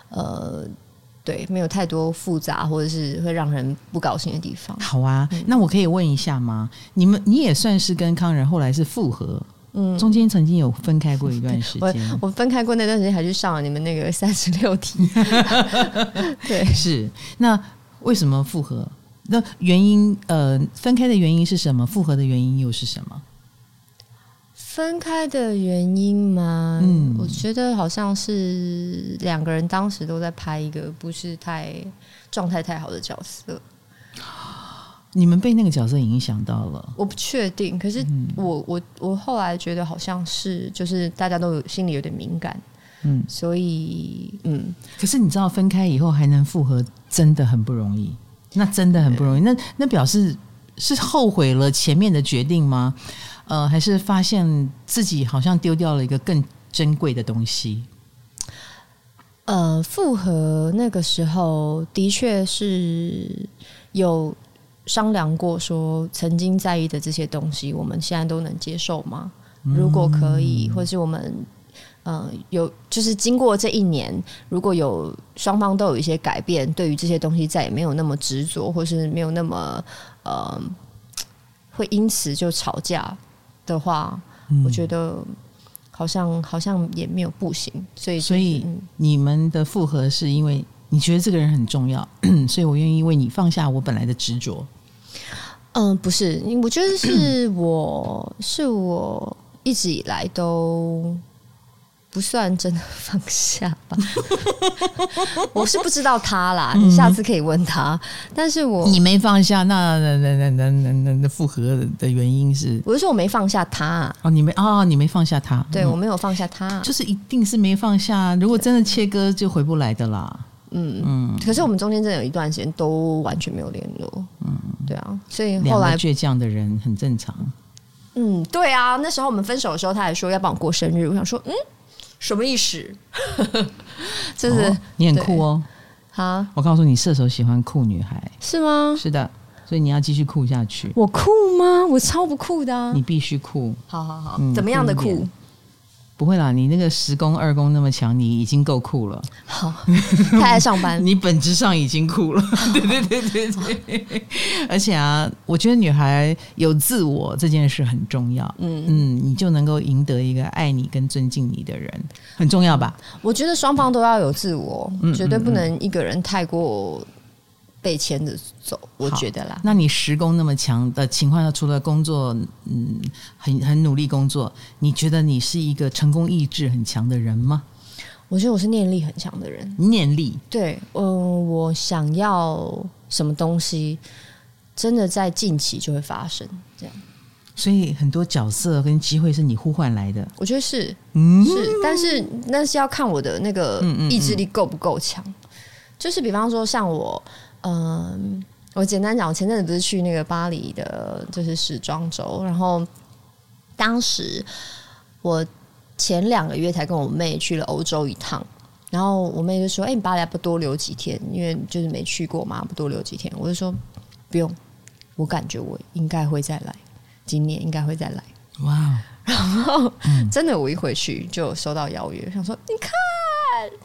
Speaker 2: 呃，对，没有太多复杂或者是会让人不高兴的地方。
Speaker 1: 好啊，那我可以问一下吗？你们你也算是跟康仁后来是复合，
Speaker 2: 嗯，
Speaker 1: 中间曾经有分开过一段 [laughs] 时
Speaker 2: 我
Speaker 1: 间。
Speaker 2: 我分开过那段时间，还去上了你们那个三十六
Speaker 1: 嗯
Speaker 2: 题。对，
Speaker 1: 是，那为什么复合？那原因呃，分开的原因是什么？复合的原因又是什么？
Speaker 2: 分开的原因吗？
Speaker 1: 嗯
Speaker 2: 我觉得好像是两个人当时都在拍一个不是太状态太好的角色，
Speaker 1: 你们被那个角色影响到了，
Speaker 2: 我不确定。可是我我我后来觉得好像是就是大家都有心里有点敏感，
Speaker 1: 嗯。
Speaker 2: 所以嗯，
Speaker 1: 可是你知道，分开以后还能复合，真的很不容易。那真的很不容易。那那表示是后悔了前面的决定吗？呃，还是发现自己好像丢掉了一个更珍贵的东西？
Speaker 2: 呃，复合那个时候的确是有商量过，说曾经在意的这些东西，我们现在都能接受吗？如果可以，或是我们。嗯，有就是经过这一年，如果有双方都有一些改变，对于这些东西再也没有那么执着，或是没有那么呃，会因此就吵架的话，我觉得好像好像也没有不行，所以就是
Speaker 1: 所以
Speaker 2: 嗯
Speaker 1: 你们的复合是因为你觉得这个人很重要， [clears throat] 所以我愿意为你放下我本来的执着。
Speaker 2: 嗯，不是，我觉得
Speaker 1: [clears throat]
Speaker 2: 是我是我一直以来都不算真的放下
Speaker 1: [laughs]
Speaker 2: 吧。我是不知道他啦，你下次可以问他。但是我
Speaker 1: 嗯你没放下，那那那那那那那复合的原因是
Speaker 2: 我是说我没放下他，
Speaker 1: 哦，你没哦，你没放下他，
Speaker 2: 对
Speaker 1: 嗯
Speaker 2: 我没有放下他。
Speaker 1: 就是一定是没放下。如果真的切割，就回不来的啦。
Speaker 2: 嗯
Speaker 1: 嗯
Speaker 2: 嗯，可是我们中间真的有一段时间都完全没有联络。嗯，对啊，所以
Speaker 1: 两
Speaker 2: 后
Speaker 1: 个
Speaker 2: 来
Speaker 1: 倔强的人很正常。
Speaker 2: 嗯，对啊，那时候我们分手的时候，他还说要帮我过生日，我想说嗯，什么意思？ [laughs] 就是
Speaker 1: 哦你很酷哦！
Speaker 2: 啊，
Speaker 1: 我告诉你，射手喜欢酷女孩，
Speaker 2: 是吗？
Speaker 1: 是的，所以你要继续酷下去，
Speaker 2: 我酷吗？我超不酷的、啊
Speaker 1: 你。必须酷。
Speaker 2: 好好好，
Speaker 1: 嗯
Speaker 2: 怎么样的
Speaker 1: 酷一
Speaker 2: 酷
Speaker 1: 点？不会啦，你那个十公二公那么强，你已经够酷了，
Speaker 2: 好， [laughs] 太爱上班。
Speaker 1: [laughs] 你本质上已经
Speaker 2: [laughs]
Speaker 1: 酷了。对对对对对，而且啊，我觉得女孩有自我这件事很重要。
Speaker 2: 嗯，
Speaker 1: 嗯，你就能够赢得一个爱你跟尊敬你的人，很重要吧？
Speaker 2: 我觉得双方都要有自我，
Speaker 1: 嗯
Speaker 2: 绝对不能一个人太过被牵着
Speaker 1: 嗯
Speaker 2: 走。我觉得啦，
Speaker 1: 那你时工那么强的情况下，除了工作，嗯，很很努力工作，你觉得你是一个成功意志很强的人吗？
Speaker 2: 我觉得我是念力很强的人。
Speaker 1: 念力，
Speaker 2: 对，嗯，我想要什么东西，真的在近期就会发生。这样，
Speaker 1: 所以很多角色跟机会是你呼唤来的。
Speaker 2: 我觉得是
Speaker 1: 嗯，
Speaker 2: 是，但是那是要看我的那个意志力够不够强。就是比方说，像我，嗯，我简单讲，我前阵子不是去那个巴黎的，就是时装周，然后当时我前两个月才跟我妹去了欧洲一趟。然后我妹就说：“哎、你巴黎还不多留几天，因为就是没去过嘛，不多留几天。”我就说：“不用，我感觉我应该会再来，今年应该会再来。”
Speaker 1: 哇，
Speaker 2: 真的，我一回去就收到邀约，想说你看，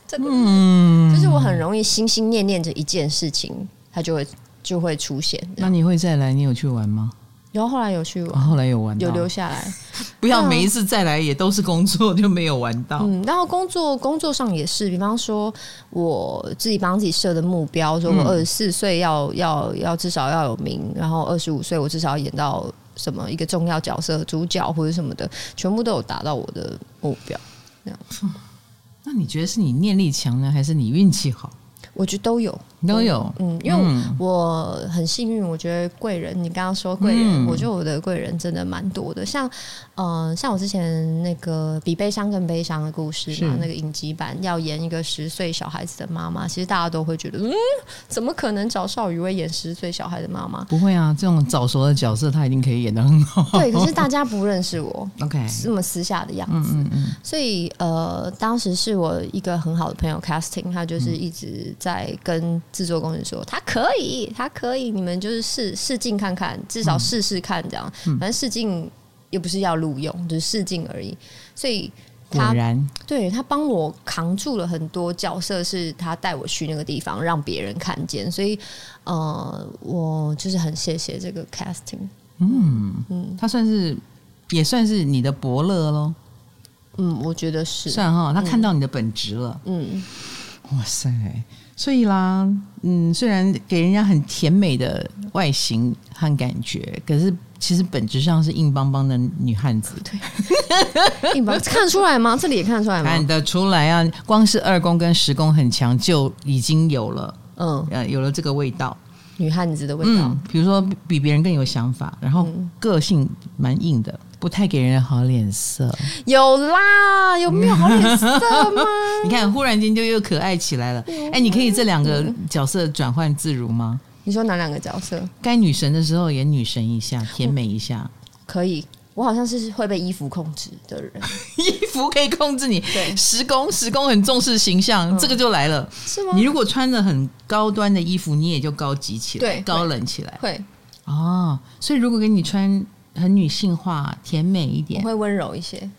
Speaker 2: 真的、
Speaker 1: 嗯，
Speaker 2: 就是我很容易心心念念着一件事情，它就会就会出现。
Speaker 1: 那你会再来？你有去玩吗？
Speaker 2: 然后后来有去玩
Speaker 1: 然后后来有玩到，
Speaker 2: 有留下来，
Speaker 1: 不要每一次再来也都是工作就没有玩到。
Speaker 2: 嗯，然后工作工作上也是，比方说我自己帮自己设的目标，说我
Speaker 1: 嗯
Speaker 2: 二十四岁要要要至少要有名，然后二十五岁我至少要演到什么一个重要角色、主角或者什么的，全部都有达到我的目标。
Speaker 1: 那你觉得是你念力强呢，还是你运气好？
Speaker 2: 我觉得都有，
Speaker 1: 都有，
Speaker 2: 嗯，因为我,、
Speaker 1: 嗯
Speaker 2: 很幸运，我觉得贵人，你刚刚说贵人，
Speaker 1: 嗯
Speaker 2: 我觉得我的贵人真的蛮多的，像，呃，像我之前那个比悲伤更悲伤的故事嘛
Speaker 1: 是，？
Speaker 2: 那个影集版要演一个十岁小孩子的妈妈，其实大家都会觉得，嗯，怎么可能找邵雨薇演十岁小孩的妈妈
Speaker 1: 不会啊，这种早熟的角色他一定可以演得很好。 [laughs]
Speaker 2: 对，可是大家不认识我，
Speaker 1: OK，
Speaker 2: 这么私下的样
Speaker 1: 嗯
Speaker 2: 子，
Speaker 1: 嗯嗯，
Speaker 2: 所以呃，当时是我一个很好的朋友 casting，他就是
Speaker 1: 嗯
Speaker 2: 一直在跟制作公司说，他可以，他可以，你们就是试试镜看看，至少试试看这样。
Speaker 1: 嗯
Speaker 2: 反正试镜又不是要录用，就是试镜而已。所以
Speaker 1: 果
Speaker 2: 他
Speaker 1: 然
Speaker 2: 对他帮我扛住了很多角色，是他带我去那个地方，让别人看见。所以呃，我就是很谢谢这个 casting。
Speaker 1: 他算是也算是你的伯乐喽，
Speaker 2: 嗯，我觉得是，
Speaker 1: 算哈，他看到你的本质了。
Speaker 2: 嗯，
Speaker 1: 哇塞！所以啦，嗯，虽然给人家很甜美的外形和感觉，可是其实本质上是硬邦邦的女汉子，
Speaker 2: 啊硬邦哎看得出来吗？这里也看得出来
Speaker 1: 看
Speaker 2: 吗？
Speaker 1: 得出来啊。光是二宫跟十宫很强，就已经有了
Speaker 2: 嗯。
Speaker 1: 呃有了这个味道。
Speaker 2: 女汉子的味道。嗯
Speaker 1: 嗯，比如说比别人更有想法，然后个性蛮硬的，不太给人好脸色。
Speaker 2: 有啦，有没有好脸色吗？
Speaker 1: 你看，忽然间就又可爱起来了。
Speaker 2: 啊
Speaker 1: 哎、你可以这两个角色转换自如吗？
Speaker 2: [laughs] 你说哪两个角色
Speaker 1: 该女神的时候演女神一下，甜美一下。
Speaker 2: [laughs] 可以？我好像是会被衣服控制的人，
Speaker 1: 衣服可以控制你
Speaker 2: 对，嗯
Speaker 1: 时工时工很重视形象，这个就来了。
Speaker 2: 是吗
Speaker 1: 你？如果穿的很高端的衣服，你也就高级起来，
Speaker 2: 对
Speaker 1: 高冷起来。
Speaker 2: 会，
Speaker 1: 哦，所以如果给你穿很女性化、甜美一
Speaker 2: 我
Speaker 1: 点，
Speaker 2: 会温柔一些。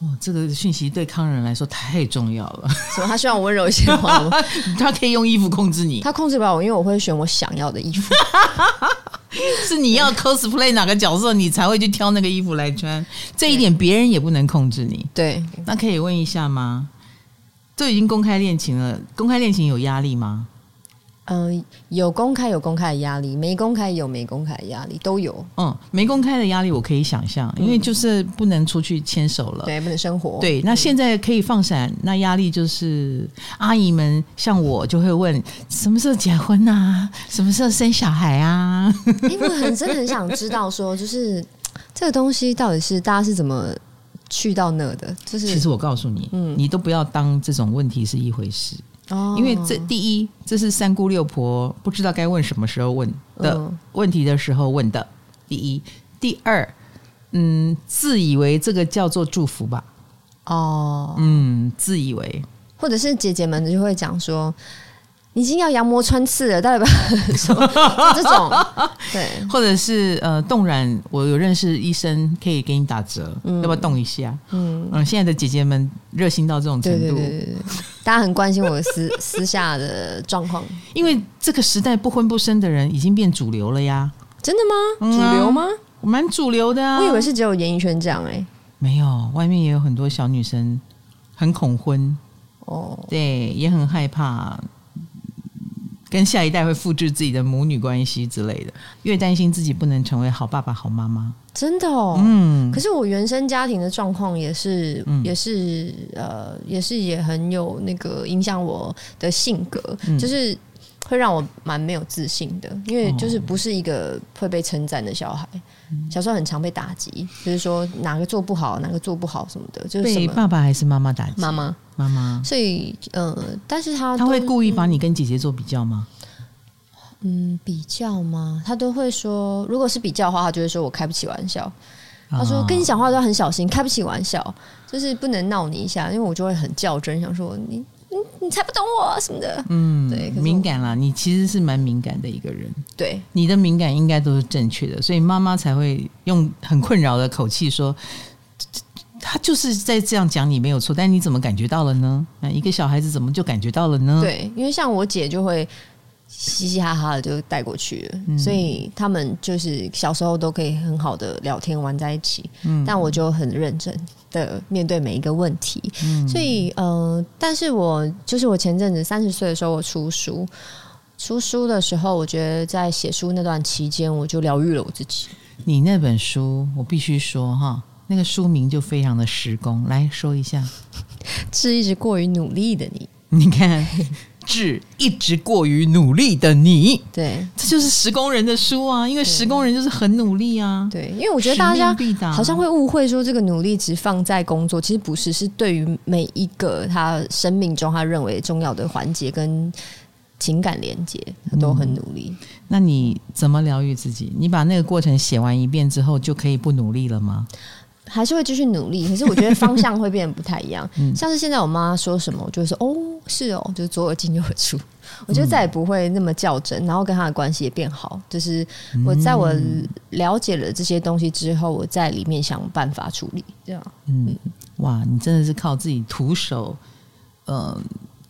Speaker 1: 哦，这个讯息对康人来说太重要了。 [laughs]
Speaker 2: 什么？他希望我温柔一些吗？ [laughs]
Speaker 1: 他可以用衣服控制你，
Speaker 2: 他控制不了我，因为我会选我想要的衣服。
Speaker 1: 是你要 cosplay 哪个角色，你才会去挑那个衣服来穿。这一点别人也不能控制你。
Speaker 2: [laughs] 对，
Speaker 1: 那可以问一下吗？都已经公开恋情了，公开恋情有压力吗？
Speaker 2: 嗯、有公开有公开的压力，没公开有没公开的压力，都有。
Speaker 1: 嗯，没公开的压力我可以想象，因为就是不能出去牵手了。
Speaker 2: 嗯呃对，不能生活。，
Speaker 1: 对，那现在可以放闪，那压力就是阿姨们像我就会问什么时候结婚啊，什么时候生小孩啊？
Speaker 2: [laughs] 因为我很真的很想知道说，就是这个东西到底是大家是怎么去到那的？就是
Speaker 1: 其实我告诉你，
Speaker 2: 嗯
Speaker 1: 你都不要当这种问题是一回事，
Speaker 2: 哦
Speaker 1: 因为这第一，这是三姑六婆不知道该问什么时候问的、
Speaker 2: 嗯
Speaker 1: 问题的时候问的。第一，第二，嗯，自以为这个叫做祝福吧，
Speaker 2: 哦，
Speaker 1: 嗯，自以为
Speaker 2: 或者是姐姐们就会讲说，你已经要羊膜穿刺了，代表 [laughs] 什么这种，对，
Speaker 1: 或者是呃冻卵，我有认识医生可以给你打折，要不要动一下？
Speaker 2: 嗯，
Speaker 1: 嗯，现在的姐姐们热心到这种程
Speaker 2: 对
Speaker 1: 度，
Speaker 2: 对对对对，大家很关心我的私私下的状况，
Speaker 1: 因为这个时代不婚不生的人已经变主流了呀，
Speaker 2: 真的吗？
Speaker 1: 嗯啊
Speaker 2: 主流吗？
Speaker 1: 我蛮主流的啊。
Speaker 2: 我以为是只有演艺圈这样哎、
Speaker 1: 没有，外面也有很多小女生很恐婚，
Speaker 2: 哦，
Speaker 1: 对，也很害怕。跟下一代会复制自己的母女关系之类的，越担心自己不能成为好爸爸、好妈妈。
Speaker 2: 真的哦。
Speaker 1: 嗯
Speaker 2: 可是我原生家庭的状况也是，
Speaker 1: 嗯
Speaker 2: 也是呃，也是也很有那个影响我的性格，
Speaker 1: 嗯
Speaker 2: 就是会让我蛮没有自信的，因为
Speaker 1: 哦嗯
Speaker 2: 就是不是一个会被称赞的小孩。小时候很常被打击，就是说哪个做不好，哪个做不好什么的，就是什
Speaker 1: 被
Speaker 2: 么
Speaker 1: 爸爸还是妈妈打击？
Speaker 2: 妈妈。
Speaker 1: 妈妈，
Speaker 2: 所以呃，但是他
Speaker 1: 他
Speaker 2: 都
Speaker 1: 会故意把你跟姐姐做比较吗？
Speaker 2: 嗯比较吗？他都会说，如果是比较的话，他就会说我开不起玩笑。他说
Speaker 1: 啊
Speaker 2: 跟你讲话都要很小心，开不起玩笑，就是不能闹你一下，因为我就会很较真，想说你你你才不懂我什么的。
Speaker 1: 嗯，
Speaker 2: 对可是我
Speaker 1: 敏感啦，你其实是蛮敏感的一个人，
Speaker 2: 对，
Speaker 1: 你的敏感应该都是正确的，所以妈妈才会用很困扰的口气说。他就是在这样讲你没有错，但你怎么感觉到了呢？啊，一个小孩子怎么就感觉到了呢？，
Speaker 2: 对，因为像我姐就会嘻嘻哈哈的就带过去了，
Speaker 1: 嗯
Speaker 2: 所以他们就是小时候都可以很好的聊天玩在一起，
Speaker 1: 嗯
Speaker 2: 但我就很认真的面对每一个问题，
Speaker 1: 嗯
Speaker 2: 所以呃，但是我就是我前阵子三十岁的时候我出书，出书的时候，我觉得在写书那段期间，我就疗愈了我自己。
Speaker 1: 你那本书，我必须说哈，那个书名就非常的时工，来说一下。 [laughs]
Speaker 2: 是一直过于努力的你，
Speaker 1: 你看，志一直过于努力的你，
Speaker 2: 对
Speaker 1: 这就是时工人的书啊，因为时工人就是很努力啊。
Speaker 2: 对，因为我觉得大
Speaker 1: 使
Speaker 2: 家
Speaker 1: 命必达
Speaker 2: 好像会误会说这个努力只放在工作，其实不是，是对于每一个他生命中他认为重要的环节跟情感连接，他都很努力。
Speaker 1: 那你怎么疗愈自己？你把那个过程写完一遍之后，就可以不努力了吗？
Speaker 2: 还是会继续努力，可是我觉得方向会变得不太一样。像是现在我妈说什么，我就会说哦，是哦，就是左耳进右耳出。我觉得再也不会那么较真，然后跟她的关系也变好。就是我在我了解了这些东西之后，我在里面想办法处理。这样
Speaker 1: 嗯，哇，你真的是靠自己徒手，呃，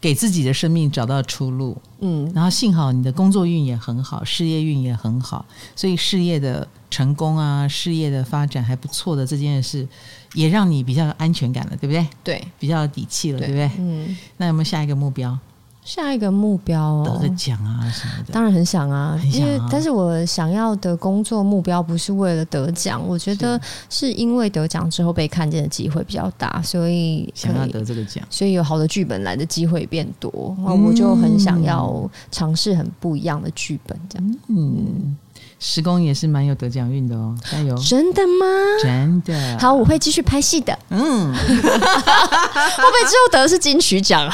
Speaker 1: 给自己的生命找到出路。
Speaker 2: 嗯，
Speaker 1: 然后幸好你的工作运也很好，事业运也很好，所以事业的成功啊，事业的发展还不错的这件事，也让你比较有安全感了，对不对？
Speaker 2: 对，
Speaker 1: 比较有底气了，对不对？
Speaker 2: 嗯，
Speaker 1: 那有没有下一个目标？
Speaker 2: 下一个目标
Speaker 1: 得
Speaker 2: 哦
Speaker 1: 个，奖啊什么的？
Speaker 2: 当然很想啊，
Speaker 1: 很想
Speaker 2: 因
Speaker 1: 啊
Speaker 2: 为但是我想要的工作目标不是为了得奖，我觉得是因为得奖之后被看见的机会比较大，所以
Speaker 1: 想
Speaker 2: 可
Speaker 1: 要
Speaker 2: 以
Speaker 1: 得这个奖，
Speaker 2: 所以有好的剧本来的机会变多，那
Speaker 1: 嗯
Speaker 2: 我就很想要尝试很不一样的剧本，这样、
Speaker 1: 嗯，施工也是蛮有得奖运的哦，加油！
Speaker 2: 真的吗？
Speaker 1: 真的，
Speaker 2: 好，我会继续拍戏的。
Speaker 1: 啊 [laughs]
Speaker 2: [laughs]
Speaker 1: 嗯，
Speaker 2: 会不会之后得的是金曲奖
Speaker 1: [laughs]
Speaker 2: 啊？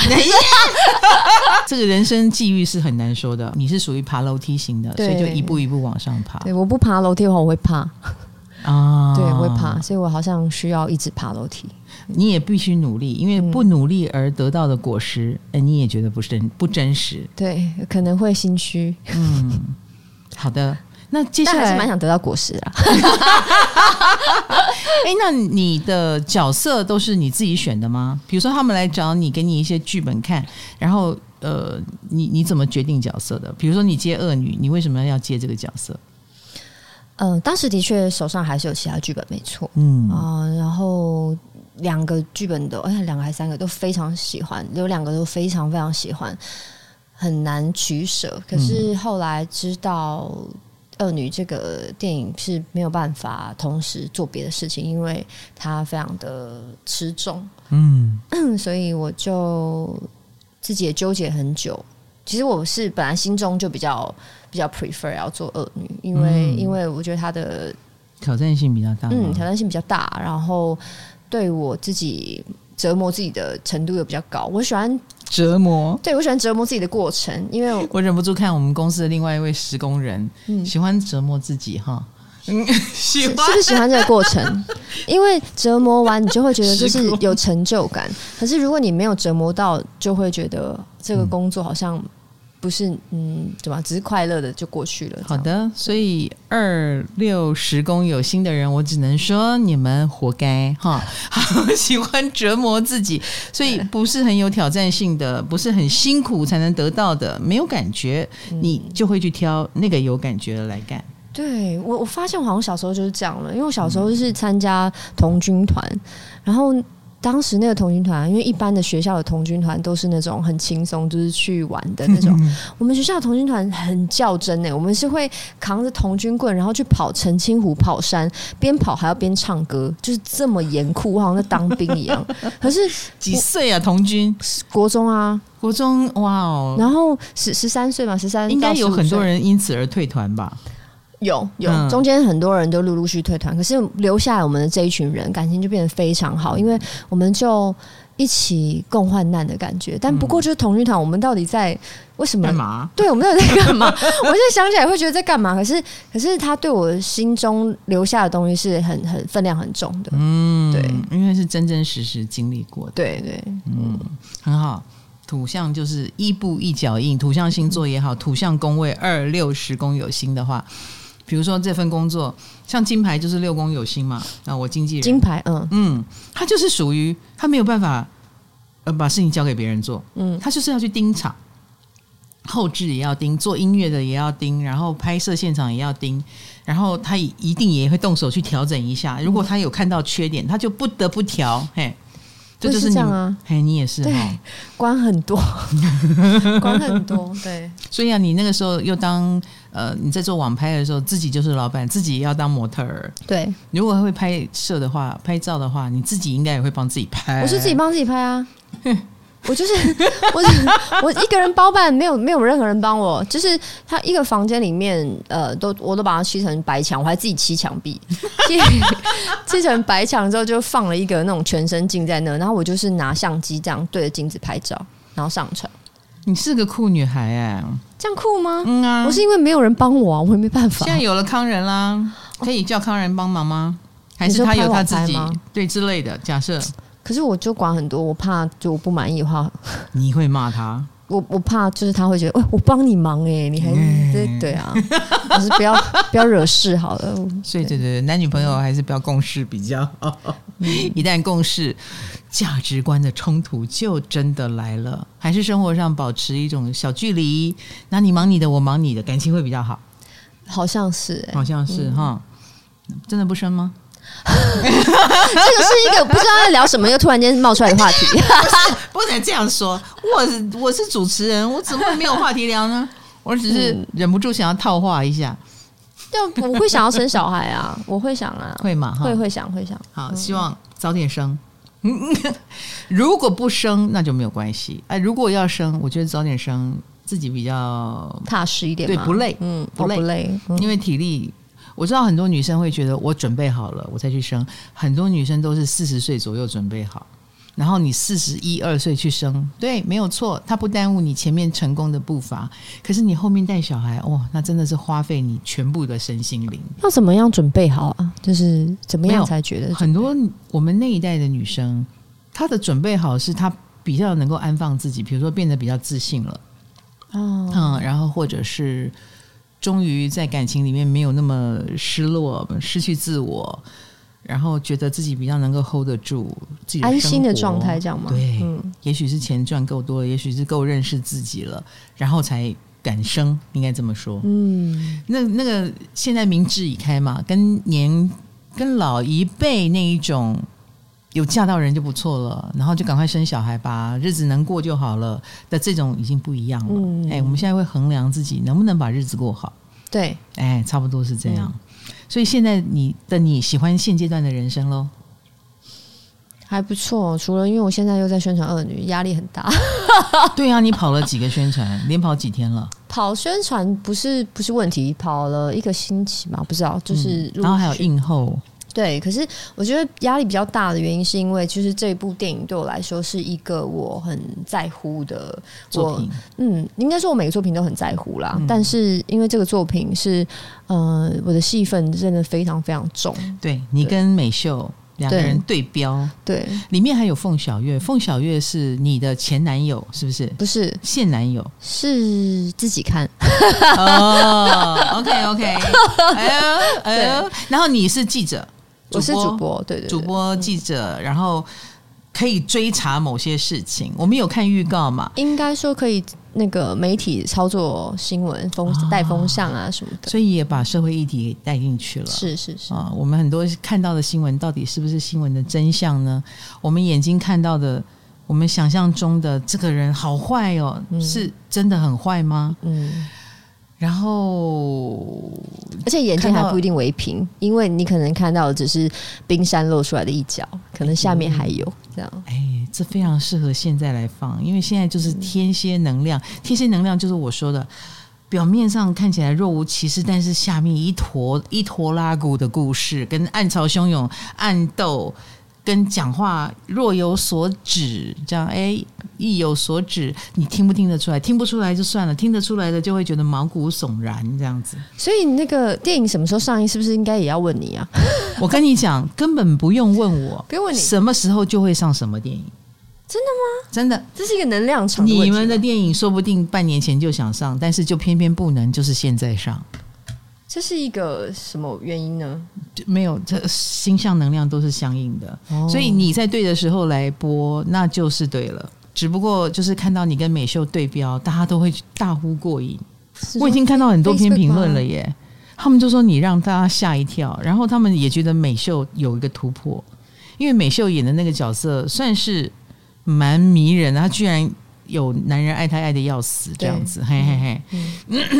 Speaker 1: 这个人生际遇是很难说的。你是属于爬楼梯型的，所以就
Speaker 2: 对
Speaker 1: 一步一步往上爬
Speaker 2: 对，我不爬楼梯的话，我会怕，
Speaker 1: 啊。
Speaker 2: 对，我会怕，所以我好像需要一直爬楼梯。
Speaker 1: 你也必须努力，因为不努力而得到的果实，
Speaker 2: 嗯
Speaker 1: 哎、你也觉得不是真不真实。
Speaker 2: 对，可能会心虚，
Speaker 1: 嗯，好的。那接下
Speaker 2: [laughs] 但还
Speaker 1: 来
Speaker 2: 是，蛮想得到果实啦。
Speaker 1: 哎、那你的角色都是你自己选的吗？比如说他们来找你，给你一些剧本看，然后呃，你你怎么决定角色的？比如说你接恶女，你为什么要接这个角色？
Speaker 2: 嗯、当时的确手上还是有其他剧本，没错。
Speaker 1: 嗯，
Speaker 2: 啊、然后两个剧本都，哎呀，两个还三个都非常喜欢，有两个都非常非常喜欢，很难取舍。可是后来知道《恶女》这个电影是没有办法同时做别的事情，因为它非常的吃重，
Speaker 1: 嗯，
Speaker 2: 所以我就自己也纠结很久。其实我是本来心中就比较比较 prefer 要做恶女，因为、因为我觉得她的
Speaker 1: 挑战性比较大。
Speaker 2: 嗯，挑，战性比较大，然后对我自己折磨自己的程度又比较高。我喜欢，
Speaker 1: 折磨。
Speaker 2: 对我喜欢折磨自己的过程，因
Speaker 1: [laughs]
Speaker 2: 为我
Speaker 1: 我忍不住看我们公司的另外一位施工人，
Speaker 2: 嗯
Speaker 1: 喜欢折磨自己哈。嗯， [laughs] 喜
Speaker 2: 是
Speaker 1: 欢
Speaker 2: 不是喜欢这个过
Speaker 1: [laughs]
Speaker 2: 程？因为折磨完你就会觉得这是
Speaker 1: 失控
Speaker 2: 有成就感，可是如果你没有折磨到，就会觉得
Speaker 1: 嗯
Speaker 2: 这个工作好像不是嗯，怎么只是快乐的就过去了。
Speaker 1: 好，的，所以二六十宫有心的人，我只能说你们活该
Speaker 2: [laughs]
Speaker 1: 哈，好喜欢折磨自己，所以不是很有挑战性的，不是很辛苦才能得到的，没有感觉，你就会去挑那个有感觉的来干。
Speaker 2: 对嗯我，我发现我好像小时候就是这样了，因为我小时候是参加童军团，然后当时那个童军团，因为一般的学校的童军团都是那种很轻松，就是去玩的那种。
Speaker 1: 嗯
Speaker 2: 我们学校的童军团很较真欸诶、我们是会扛着童军棍，然后去跑澄清湖、跑山，边跑还要边唱歌，就是这么严酷，我好像在当兵一样。可是
Speaker 1: 几岁啊，童军？
Speaker 2: 国中啊，
Speaker 1: 国中哇哦，
Speaker 2: 然后十十三岁嘛，十三
Speaker 1: 应该有很多人因此而退团吧？
Speaker 2: 有有，
Speaker 1: 嗯
Speaker 2: 中间很多人都陆陆续退团，可是留下来我们的这一群人感情就变得非常好，因为我们就一起共患难的感觉。但不过就是同军团，我们到底在为什么
Speaker 1: 干？嘛？
Speaker 2: 对，我们到底在
Speaker 1: [laughs]
Speaker 2: 干嘛？我现在想起来会觉得在干嘛，可是可是他对我心中留下的东西是很很分量很重的。
Speaker 1: 嗯，
Speaker 2: 对，
Speaker 1: 因为是真真实实经历过的。
Speaker 2: 对对，
Speaker 1: 嗯很好。土象就是一步一脚印，土象星座也好，土象宫位二六十宫有星的话，比如说这份工作，像金牌就是六宫有星嘛，啊，我经纪人，
Speaker 2: 金牌，嗯
Speaker 1: 嗯，他就是属于他没有办法，呃，把事情交给别人做，
Speaker 2: 嗯
Speaker 1: 他就是要去盯场，后置也要盯，做音乐的也要盯，然后拍摄现场也要盯，然后他也一定也会动手去调整一下。如果他有看到缺点，他就不得不调。嘿，这就是
Speaker 2: 我也是
Speaker 1: 你
Speaker 2: 这样啊
Speaker 1: 嘿，你也是
Speaker 2: 对
Speaker 1: 哈。
Speaker 2: 管
Speaker 1: [laughs]
Speaker 2: 很多，管很多，对，
Speaker 1: 所以啊，你那个时候又当呃你在做网拍的时候，自己就是老板，自己也要当模特儿。
Speaker 2: 对，
Speaker 1: 如果会拍摄的话，拍照的话，你自己应该也会帮自己拍。
Speaker 2: 我是自己帮自己拍啊。
Speaker 1: 哎
Speaker 2: [laughs] 我就是我是，我一个人包办，没有没有任何人帮我。就是他一个房间里面，呃，都我都把它漆成白墙，我还自己漆墙壁， [laughs] 漆漆成白墙之后就放了一个那种全身镜在那，然后我就是拿相机这样对着镜子拍照，然后上传。
Speaker 1: 你是个酷女孩哎、
Speaker 2: 这样酷吗？
Speaker 1: 嗯啊，
Speaker 2: 我是因为没有人帮我啊，我也没办法
Speaker 1: 现。在有了康仁啦，可以叫康仁帮忙吗？还是他有他自
Speaker 2: 你
Speaker 1: 己
Speaker 2: 说拍网拍吗
Speaker 1: 对之类的假设？
Speaker 2: 可是我就管很多，我怕就我不满意的话，
Speaker 1: 你会骂他？
Speaker 2: 我我怕就是他会觉得，哦、我帮你忙哎、你还
Speaker 1: 嗯
Speaker 2: 对、对啊，我是不要不要惹事好了。
Speaker 1: 所以对对对，嗯男女朋友还是不要共事比较好。一旦共事，价值观的冲突就真的来了。还是生活上保持一种小距离，那你忙你的，我忙你的，感情会比较好，
Speaker 2: 好像是哎、
Speaker 1: 好像是哈。真的不生吗？
Speaker 2: [laughs] 这个是一个不知道在聊什么，又突然间冒出来的话题。 [laughs]
Speaker 1: 啊不能这样说，我是我是主持人，我怎么会没有话题聊呢？我只是忍不住想要套话一下，
Speaker 2: 但我会想要生小孩啊，我会想啊，
Speaker 1: 会吗？哈
Speaker 2: 会会想会想。
Speaker 1: 好，希望早点生。 [laughs] 如果不生，那就没有关系。哎，如果要生，我觉得早点生自己比较，
Speaker 2: 踏实一点
Speaker 1: 对
Speaker 2: 嘛
Speaker 1: 不累
Speaker 2: 嗯，
Speaker 1: 不
Speaker 2: 我
Speaker 1: 累
Speaker 2: 不累，嗯
Speaker 1: 因为体力。我知道很多女生会觉得我准备好了，我再去生。很多女生都是四十岁左右准备好，然后你四十一二岁去生，对，没有错，它不耽误你前面成功的步伐。可是你后面带小孩，哇、那真的是花费你全部的身心灵。
Speaker 2: 要怎么样准备好啊？就是怎么
Speaker 1: 没有
Speaker 2: 样才觉得
Speaker 1: 很多我们那一代的女生，她的准备好是她比较能够安放自己，比如说变得比较自信了，
Speaker 2: 哦，
Speaker 1: 嗯，然后或者是终于在感情里面没有那么失落、失去自我，然后觉得自己比较能够 hold 得住自己
Speaker 2: 安心
Speaker 1: 生
Speaker 2: 的
Speaker 1: 活
Speaker 2: 状态这样吗？
Speaker 1: 对，
Speaker 2: 嗯，
Speaker 1: 也许是钱赚够多了，也许是够认识自己了，然后才敢生，应该这么说。
Speaker 2: 嗯，
Speaker 1: 那那个现在明智已开嘛，跟年跟老一辈那一种有嫁到人就不错了，然后就赶快生小孩吧，日子能过就好了的这种已经不一样了。
Speaker 2: 嗯
Speaker 1: 哎、我们现在会衡量自己能不能把日子过好，
Speaker 2: 对，
Speaker 1: 哎、差不多是这样。
Speaker 2: 嗯
Speaker 1: 所以现在你的你喜欢现阶段的人生喽？
Speaker 2: 还不错。除了因为我现在又在宣传恶女，压力很大。哦
Speaker 1: 对啊，你跑了几个宣传，连跑几天了？
Speaker 2: 跑宣传不是不是问题，跑了一个星期嘛，不知道就是、
Speaker 1: 嗯然后还有映后，
Speaker 2: 对，可是我觉得压力比较大的原因是因为，就是这部电影对我来说是一个我很在乎的
Speaker 1: 作品，嗯
Speaker 2: 嗯，应该说我每个作品都很在乎啦，但是因为这个作品是，呃，我的戏份真的非常非常重，
Speaker 1: 对你跟美秀两个
Speaker 2: 对
Speaker 1: 人对标。
Speaker 2: 对，
Speaker 1: 里面还有凤小岳，凤小岳是你的前男友，是不是？
Speaker 2: 不是
Speaker 1: 现男
Speaker 2: [laughs]
Speaker 1: 友
Speaker 2: 是自己看，
Speaker 1: 哦，OK OK，哎呦哎呦，然后你是记者，
Speaker 2: 我是主
Speaker 1: 播，
Speaker 2: 播，对对
Speaker 1: 主播记者，然后可以追查某些事情。我们有看预告嘛，
Speaker 2: 对应该说可以那个媒体操作新闻风带风向啊什么的，
Speaker 1: 所以也把社会议题带进去了。
Speaker 2: 是是是，
Speaker 1: 啊、我们很多看到的新闻到底是不是新闻的真相呢？我们眼睛看到的，我们想象中的这个人好坏哦，是真的很坏吗？
Speaker 2: 嗯。
Speaker 1: 然后
Speaker 2: 而且眼睛
Speaker 1: 看
Speaker 2: 还
Speaker 1: 到
Speaker 2: 不一定为平，因为你可能看到的只是冰山露出来的一角，可能下面还有这样。
Speaker 1: 哎，这非常适合现在来放，因为现在就是天蝎能量，天蝎能量就是我说的，表面上看起来若无其事，但是下面一坨一坨拉骨的故事，跟暗潮汹涌、暗斗，跟讲话若有所指，这样哎，意有所指，你听不听得出来？听不出来就算了，听得出来的就会觉得毛骨悚然这样子。
Speaker 2: 所以那个电影什么时候上映，是不是应该也要问你啊？
Speaker 1: 我跟你讲，根本不用问我，
Speaker 2: 不用问你
Speaker 1: 什么时候就会上什么电影，
Speaker 2: 真
Speaker 1: 的吗？真的。
Speaker 2: 这是一个能量场的问题。
Speaker 1: 你们的电影说不定半年前就想上，但是就偏偏不能，就是现在上，
Speaker 2: 这是一个什么原因呢？
Speaker 1: 就没有这
Speaker 2: 哦
Speaker 1: 星象能量都是相应的，所以你在对的时候来播，那就是对了。只不过就是看到你跟美秀对标，大家都会大呼过瘾。
Speaker 2: 是
Speaker 1: 我已经看到很多篇
Speaker 2: Facebook
Speaker 1: 评论
Speaker 2: 吗
Speaker 1: 了耶，他们就说你让大家吓一跳，然后他们也觉得美秀有一个突破，因为美秀演的那个角色算是蛮迷人的，她居然有男人爱她爱的要死这样子，嘿嘿嘿，
Speaker 2: 嗯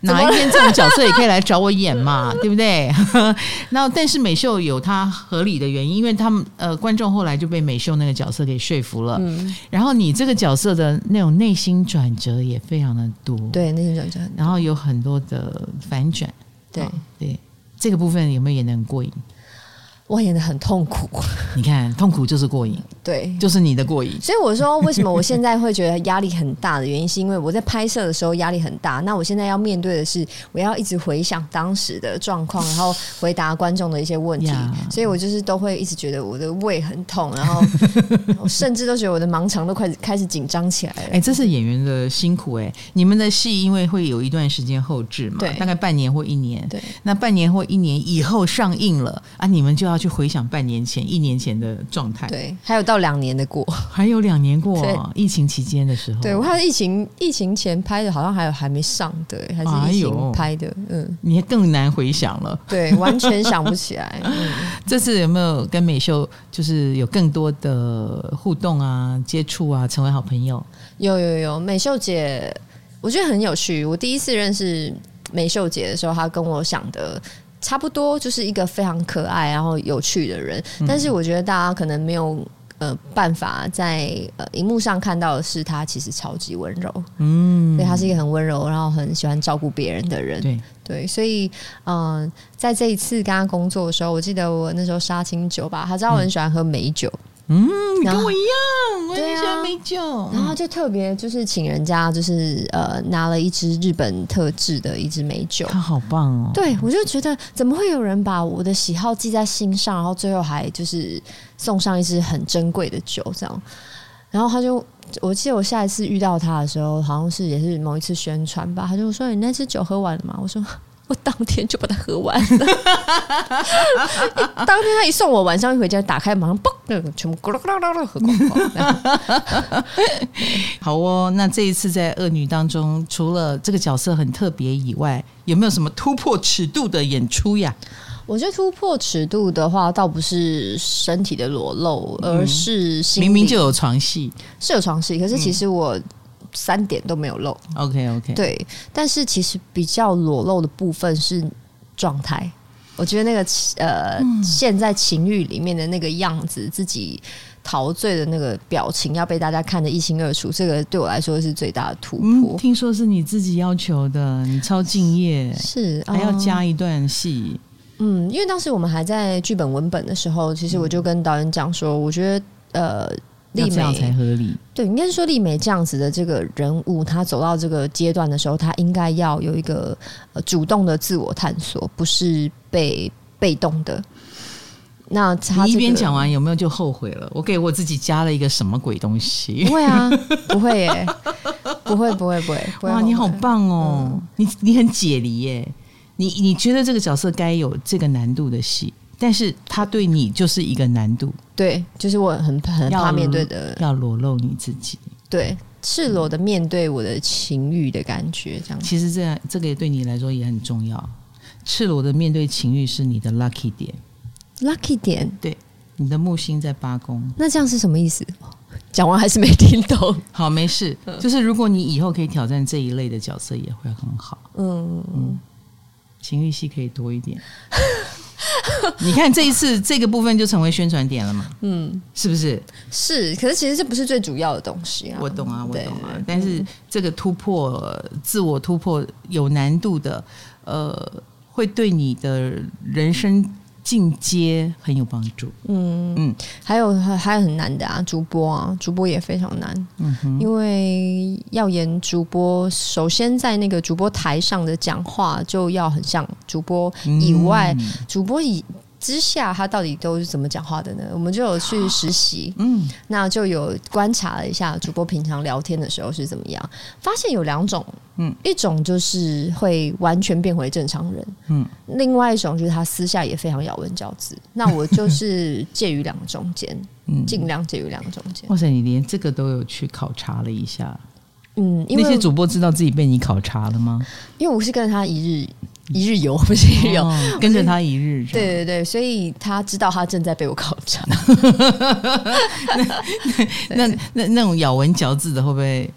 Speaker 1: 哪一天这种角色也可以来找我演嘛，对不对？ [laughs] 那但是美秀有她合理的原因，因为他们呃观众后来就被美秀那个角色给说服了，
Speaker 2: 嗯，
Speaker 1: 然后你这个角色的那种内心转折也非常的多，
Speaker 2: 对，内心转折很
Speaker 1: 然后有很多的反转。
Speaker 2: 对
Speaker 1: 啊对，这个部分有没有演得很过瘾？
Speaker 2: 我演的很痛苦，
Speaker 1: 你看，痛苦就是过
Speaker 2: [laughs]
Speaker 1: 瘾，
Speaker 2: 对。
Speaker 1: 就是你的过瘾。
Speaker 2: 所以我说，为什么我现在会觉得压力很大的原因，是因为我在拍摄的时候压力很大。那我现在要面对的是，我要一直回想当时的状况，然后回答观众的一些问题。
Speaker 1: 呀
Speaker 2: 所以我就是都会一直觉得我的胃很痛，然后我甚至都觉得我的盲肠都快开始紧张起来了。
Speaker 1: 哎、这是演员的辛苦哎、你们的戏因为会有一段时间后置嘛，
Speaker 2: 对
Speaker 1: 大概半年或一年。
Speaker 2: 对，
Speaker 1: 那半年或一年以后上映了啊，你们就要去回想半年前、一年前的状态。，
Speaker 2: 对，还有到两年的过。
Speaker 1: 还有两年过
Speaker 2: 对
Speaker 1: 疫情期间的时候，
Speaker 2: 对我还有疫情疫情前拍的，好像还有还没上的，还
Speaker 1: 哎
Speaker 2: 是疫
Speaker 1: 呦
Speaker 2: 情拍的。嗯，
Speaker 1: 你更难回想了。
Speaker 2: 对，完全想不起来。嗯，
Speaker 1: 这次有没有跟美秀就是有更多的互动啊、接触啊，成为好朋友？
Speaker 2: 有有有，美秀姐，我觉得很有趣。我第一次认识美秀姐的时候，她跟我想的。差不多就是一个非常可爱然后有趣的人，
Speaker 1: 嗯
Speaker 2: 但是我觉得大家可能没有呃办法在呃荧幕上看到的是，她其实超级温柔，
Speaker 1: 嗯，
Speaker 2: 对，她是一个很温柔，然后很喜欢照顾别人的人。
Speaker 1: 对，
Speaker 2: 对，所以嗯、呃在这一次跟他工作的时候，我记得我那时候杀青酒吧，他知道我很喜欢喝美酒，
Speaker 1: 嗯，
Speaker 2: 然
Speaker 1: 跟
Speaker 2: 后
Speaker 1: 我一样，我也
Speaker 2: 啊对啊啊
Speaker 1: 喜欢美酒。
Speaker 2: 然后他就特别就是请人家就是呃拿了一支日本特制的一支美酒。
Speaker 1: 他好棒哦！
Speaker 2: 对，我就觉得怎么会有人把我的喜好记在心上，然后最后还就是送上一支很珍贵的酒这样。然后他就，我记得我下一次遇到他的时候，好像是也是某一次宣传吧，他就说：“你那支酒喝完了吗？”我说：“我当天就把它喝完了。” [laughs] 当天他一送我，晚上一回家打开，马上嘣，那个全部咕噜咕噜咕噜喝光光。然后
Speaker 1: 好哦，那这一次在《恶女》当中，除了这个角色很特别以外，有没有什么突破尺度的演出呀？
Speaker 2: 我觉得突破尺度的话，倒不是身体的裸露，而是心
Speaker 1: 嗯
Speaker 2: 理
Speaker 1: 明明就嗯有床戏
Speaker 2: 是有床戏，可是其实我三点都没有露。
Speaker 1: ，OK OK，，
Speaker 2: 对，但是其实比较裸露的部分是状态。我觉得那个呃，
Speaker 1: 嗯
Speaker 2: 现在情欲里面的那个样子，自己陶醉的那个表情，要被大家看得一清二楚，这个对我来说是最大的突
Speaker 1: 嗯，
Speaker 2: 破。
Speaker 1: 听说是你自己要求的，你超敬业，
Speaker 2: 是，
Speaker 1: 还要
Speaker 2: 嗯
Speaker 1: 加一段戏，
Speaker 2: 嗯，因为当时我们还在剧本文本的时候，其实我就跟导演讲说，我觉得呃，
Speaker 1: 嗯要
Speaker 2: 丽
Speaker 1: 这样才
Speaker 2: 美
Speaker 1: 合理。
Speaker 2: 对，应该是说丽美这样子的这个人物，她走到这个阶段的时候，她应该要有一个呃主动的自我探索，不是被被动的。那她、
Speaker 1: 你一边讲。完有没有就后悔了？我给我自己加了一个什么鬼东西
Speaker 2: 不？会啊，不会耶、不会不会不会不会
Speaker 1: 哇，
Speaker 2: 后
Speaker 1: 你好
Speaker 2: 悔
Speaker 1: 棒哦！你你很解离耶。你你觉得这个角色该有这个难度的戏，但是他对你就是一个难度，
Speaker 2: 对，就是我很很
Speaker 1: 要
Speaker 2: 怕面对的，
Speaker 1: 要裸露你自己。
Speaker 2: 对，赤裸的面对我的情欲的感觉，这样子。
Speaker 1: 其实这样这个也对你来说也很重要。赤裸的面对情欲是你的 lucky 点，
Speaker 2: lucky 点，
Speaker 1: 你的木星在八宫。
Speaker 2: 那这样是什么意思？讲完还是没听懂。
Speaker 1: 好，没事，就是如果你以后可以挑战这一类的角色，也会很好。
Speaker 2: 嗯，
Speaker 1: 情欲戏可以多一点。 [laughs] 你看这一次这个部分就成为宣传点了嘛？嗯，是不是？
Speaker 2: 是，可是其实这不是最主要的东西啊。
Speaker 1: 我懂啊，我
Speaker 2: 对嗯
Speaker 1: 懂啊。但是这个突破、呃自我突破有难度的，呃，会对你的人生进阶很有帮助。
Speaker 2: 还有还还有很难的啊，主播啊，主播也非常难，
Speaker 1: 嗯哼，
Speaker 2: 因为要演主播，首先在那
Speaker 1: 嗯
Speaker 2: 个主播台上的讲话就要很像主播以外，主播以之下，他到底都是怎么讲话的呢？我们就有去实习，
Speaker 1: 嗯，
Speaker 2: 那就有观察了一下主播平常聊天的时候是怎么样，发现有两种，
Speaker 1: 嗯，
Speaker 2: 一种就是会完全变回正常人，
Speaker 1: 嗯，
Speaker 2: 另外一种就是他私下也非常咬文嚼
Speaker 1: [laughs]
Speaker 2: 字。那我就是介于两个中间，
Speaker 1: 嗯
Speaker 2: 尽量介于两个中间，
Speaker 1: 哇塞，你连这个都有去考察了一下。
Speaker 2: 嗯，因
Speaker 1: 那些
Speaker 2: 为
Speaker 1: 主播知道自己被你考察了
Speaker 2: [laughs]
Speaker 1: 吗？
Speaker 2: 因为我是跟着他一日一日游，不是一日游。
Speaker 1: 哦跟着他一日，
Speaker 2: 对， [laughs] 对对，所以他知道他正在被我考
Speaker 1: [laughs]
Speaker 2: 察，
Speaker 1: 那那那种咬文嚼字的会不会？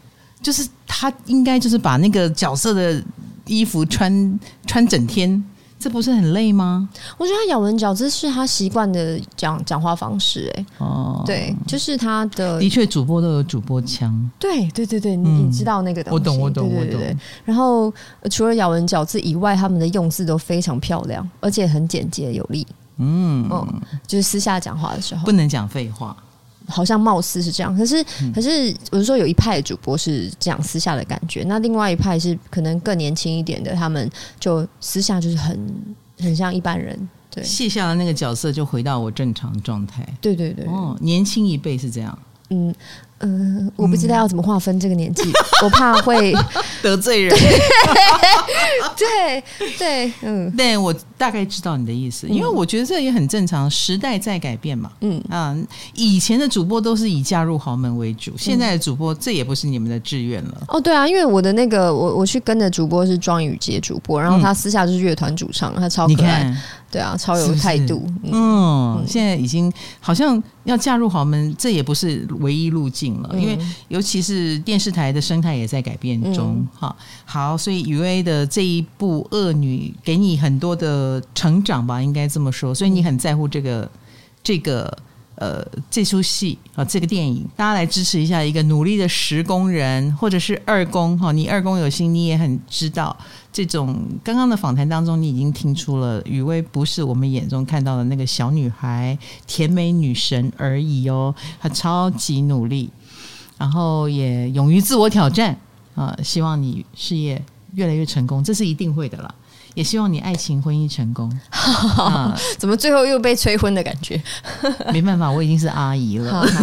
Speaker 1: 就是他应该就是把那个角色的衣服穿穿整天，这不是很累吗？
Speaker 2: 我觉得他咬文嚼字是他习惯的讲讲话方式、哎、
Speaker 1: 哦，，
Speaker 2: 对，就是他的，
Speaker 1: 的确，主播都有主播腔，
Speaker 2: 对对对对，你、
Speaker 1: 嗯
Speaker 2: 你知道那个东西，
Speaker 1: 我懂，我懂，
Speaker 2: 对
Speaker 1: 我
Speaker 2: 对对对
Speaker 1: 懂。
Speaker 2: 然后、呃除了咬文嚼字以外，他们的用字都非常漂亮，而且很简洁有力。
Speaker 1: 嗯，
Speaker 2: 嗯，就是私下讲话的时候
Speaker 1: 不，能讲废话。
Speaker 2: 好像貌似是这样，可是、
Speaker 1: 嗯
Speaker 2: 可是我是说有一派主播是这样私下的感觉，那另外一派是可能更年轻一点的，他们就私下就是很很像一般人。对
Speaker 1: 卸下了那个角色，就回到我正常状态。
Speaker 2: 对对对，
Speaker 1: 哦，年轻一辈是这样，
Speaker 2: 嗯嗯、我不知道要怎么划分这个年纪，我怕会 [laughs]
Speaker 1: 得罪 [laughs] 人。
Speaker 2: 对对，嗯
Speaker 1: 但我大概知道你的意思，因为我觉得这也很正常，时代在改变嘛。
Speaker 2: 嗯，
Speaker 1: 啊，以前的主播都是以嫁入豪门为
Speaker 2: 嗯
Speaker 1: 主，现在的主播这也不是你们的志愿了。
Speaker 2: 哦对啊，因为我的那个我我去跟的主播是庄宇杰主播，然后他私下就是乐团主唱，他超
Speaker 1: 嗯你
Speaker 2: 可爱，
Speaker 1: 看，
Speaker 2: 对啊，超
Speaker 1: 是
Speaker 2: 有
Speaker 1: 不是
Speaker 2: 态度，嗯
Speaker 1: 嗯，现在已经好像要嫁入豪门，这也不是唯一路径了，因为
Speaker 2: 嗯
Speaker 1: 尤其是电视台的生态也在改变中
Speaker 2: 嗯。
Speaker 1: 哈、好，所以雨薇的这一部《恶女》给你很多的成长吧，应该这么
Speaker 2: 嗯
Speaker 1: 说。所以你很在乎这个这个呃这出戏啊，这个电影，大家来支持一下一个努力的十工人或者是二工哈、你二工有心，你也很知道。这种刚刚的访谈当中，你已经听出了雨薇不是我们眼中看到的那个小女孩、甜美女神而已哦，她超级努力，然后也勇于自我挑战啊、希望你事业越来越成功，这是一定会的啦。也希望你爱情婚姻成
Speaker 2: [laughs]
Speaker 1: 功。啊、
Speaker 2: 怎么最后又被催婚的感
Speaker 1: [laughs]
Speaker 2: 觉？
Speaker 1: 没办法，我已经是阿姨
Speaker 2: 好
Speaker 1: 了。
Speaker 2: 好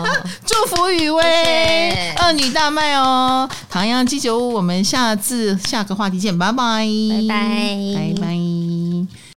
Speaker 2: 好好好。
Speaker 1: 祝福雨薇
Speaker 2: 谢谢
Speaker 1: 二女大卖哦！唐阳鸡酒屋，我们下次下个话题见，拜拜，
Speaker 2: 拜拜
Speaker 1: 拜拜。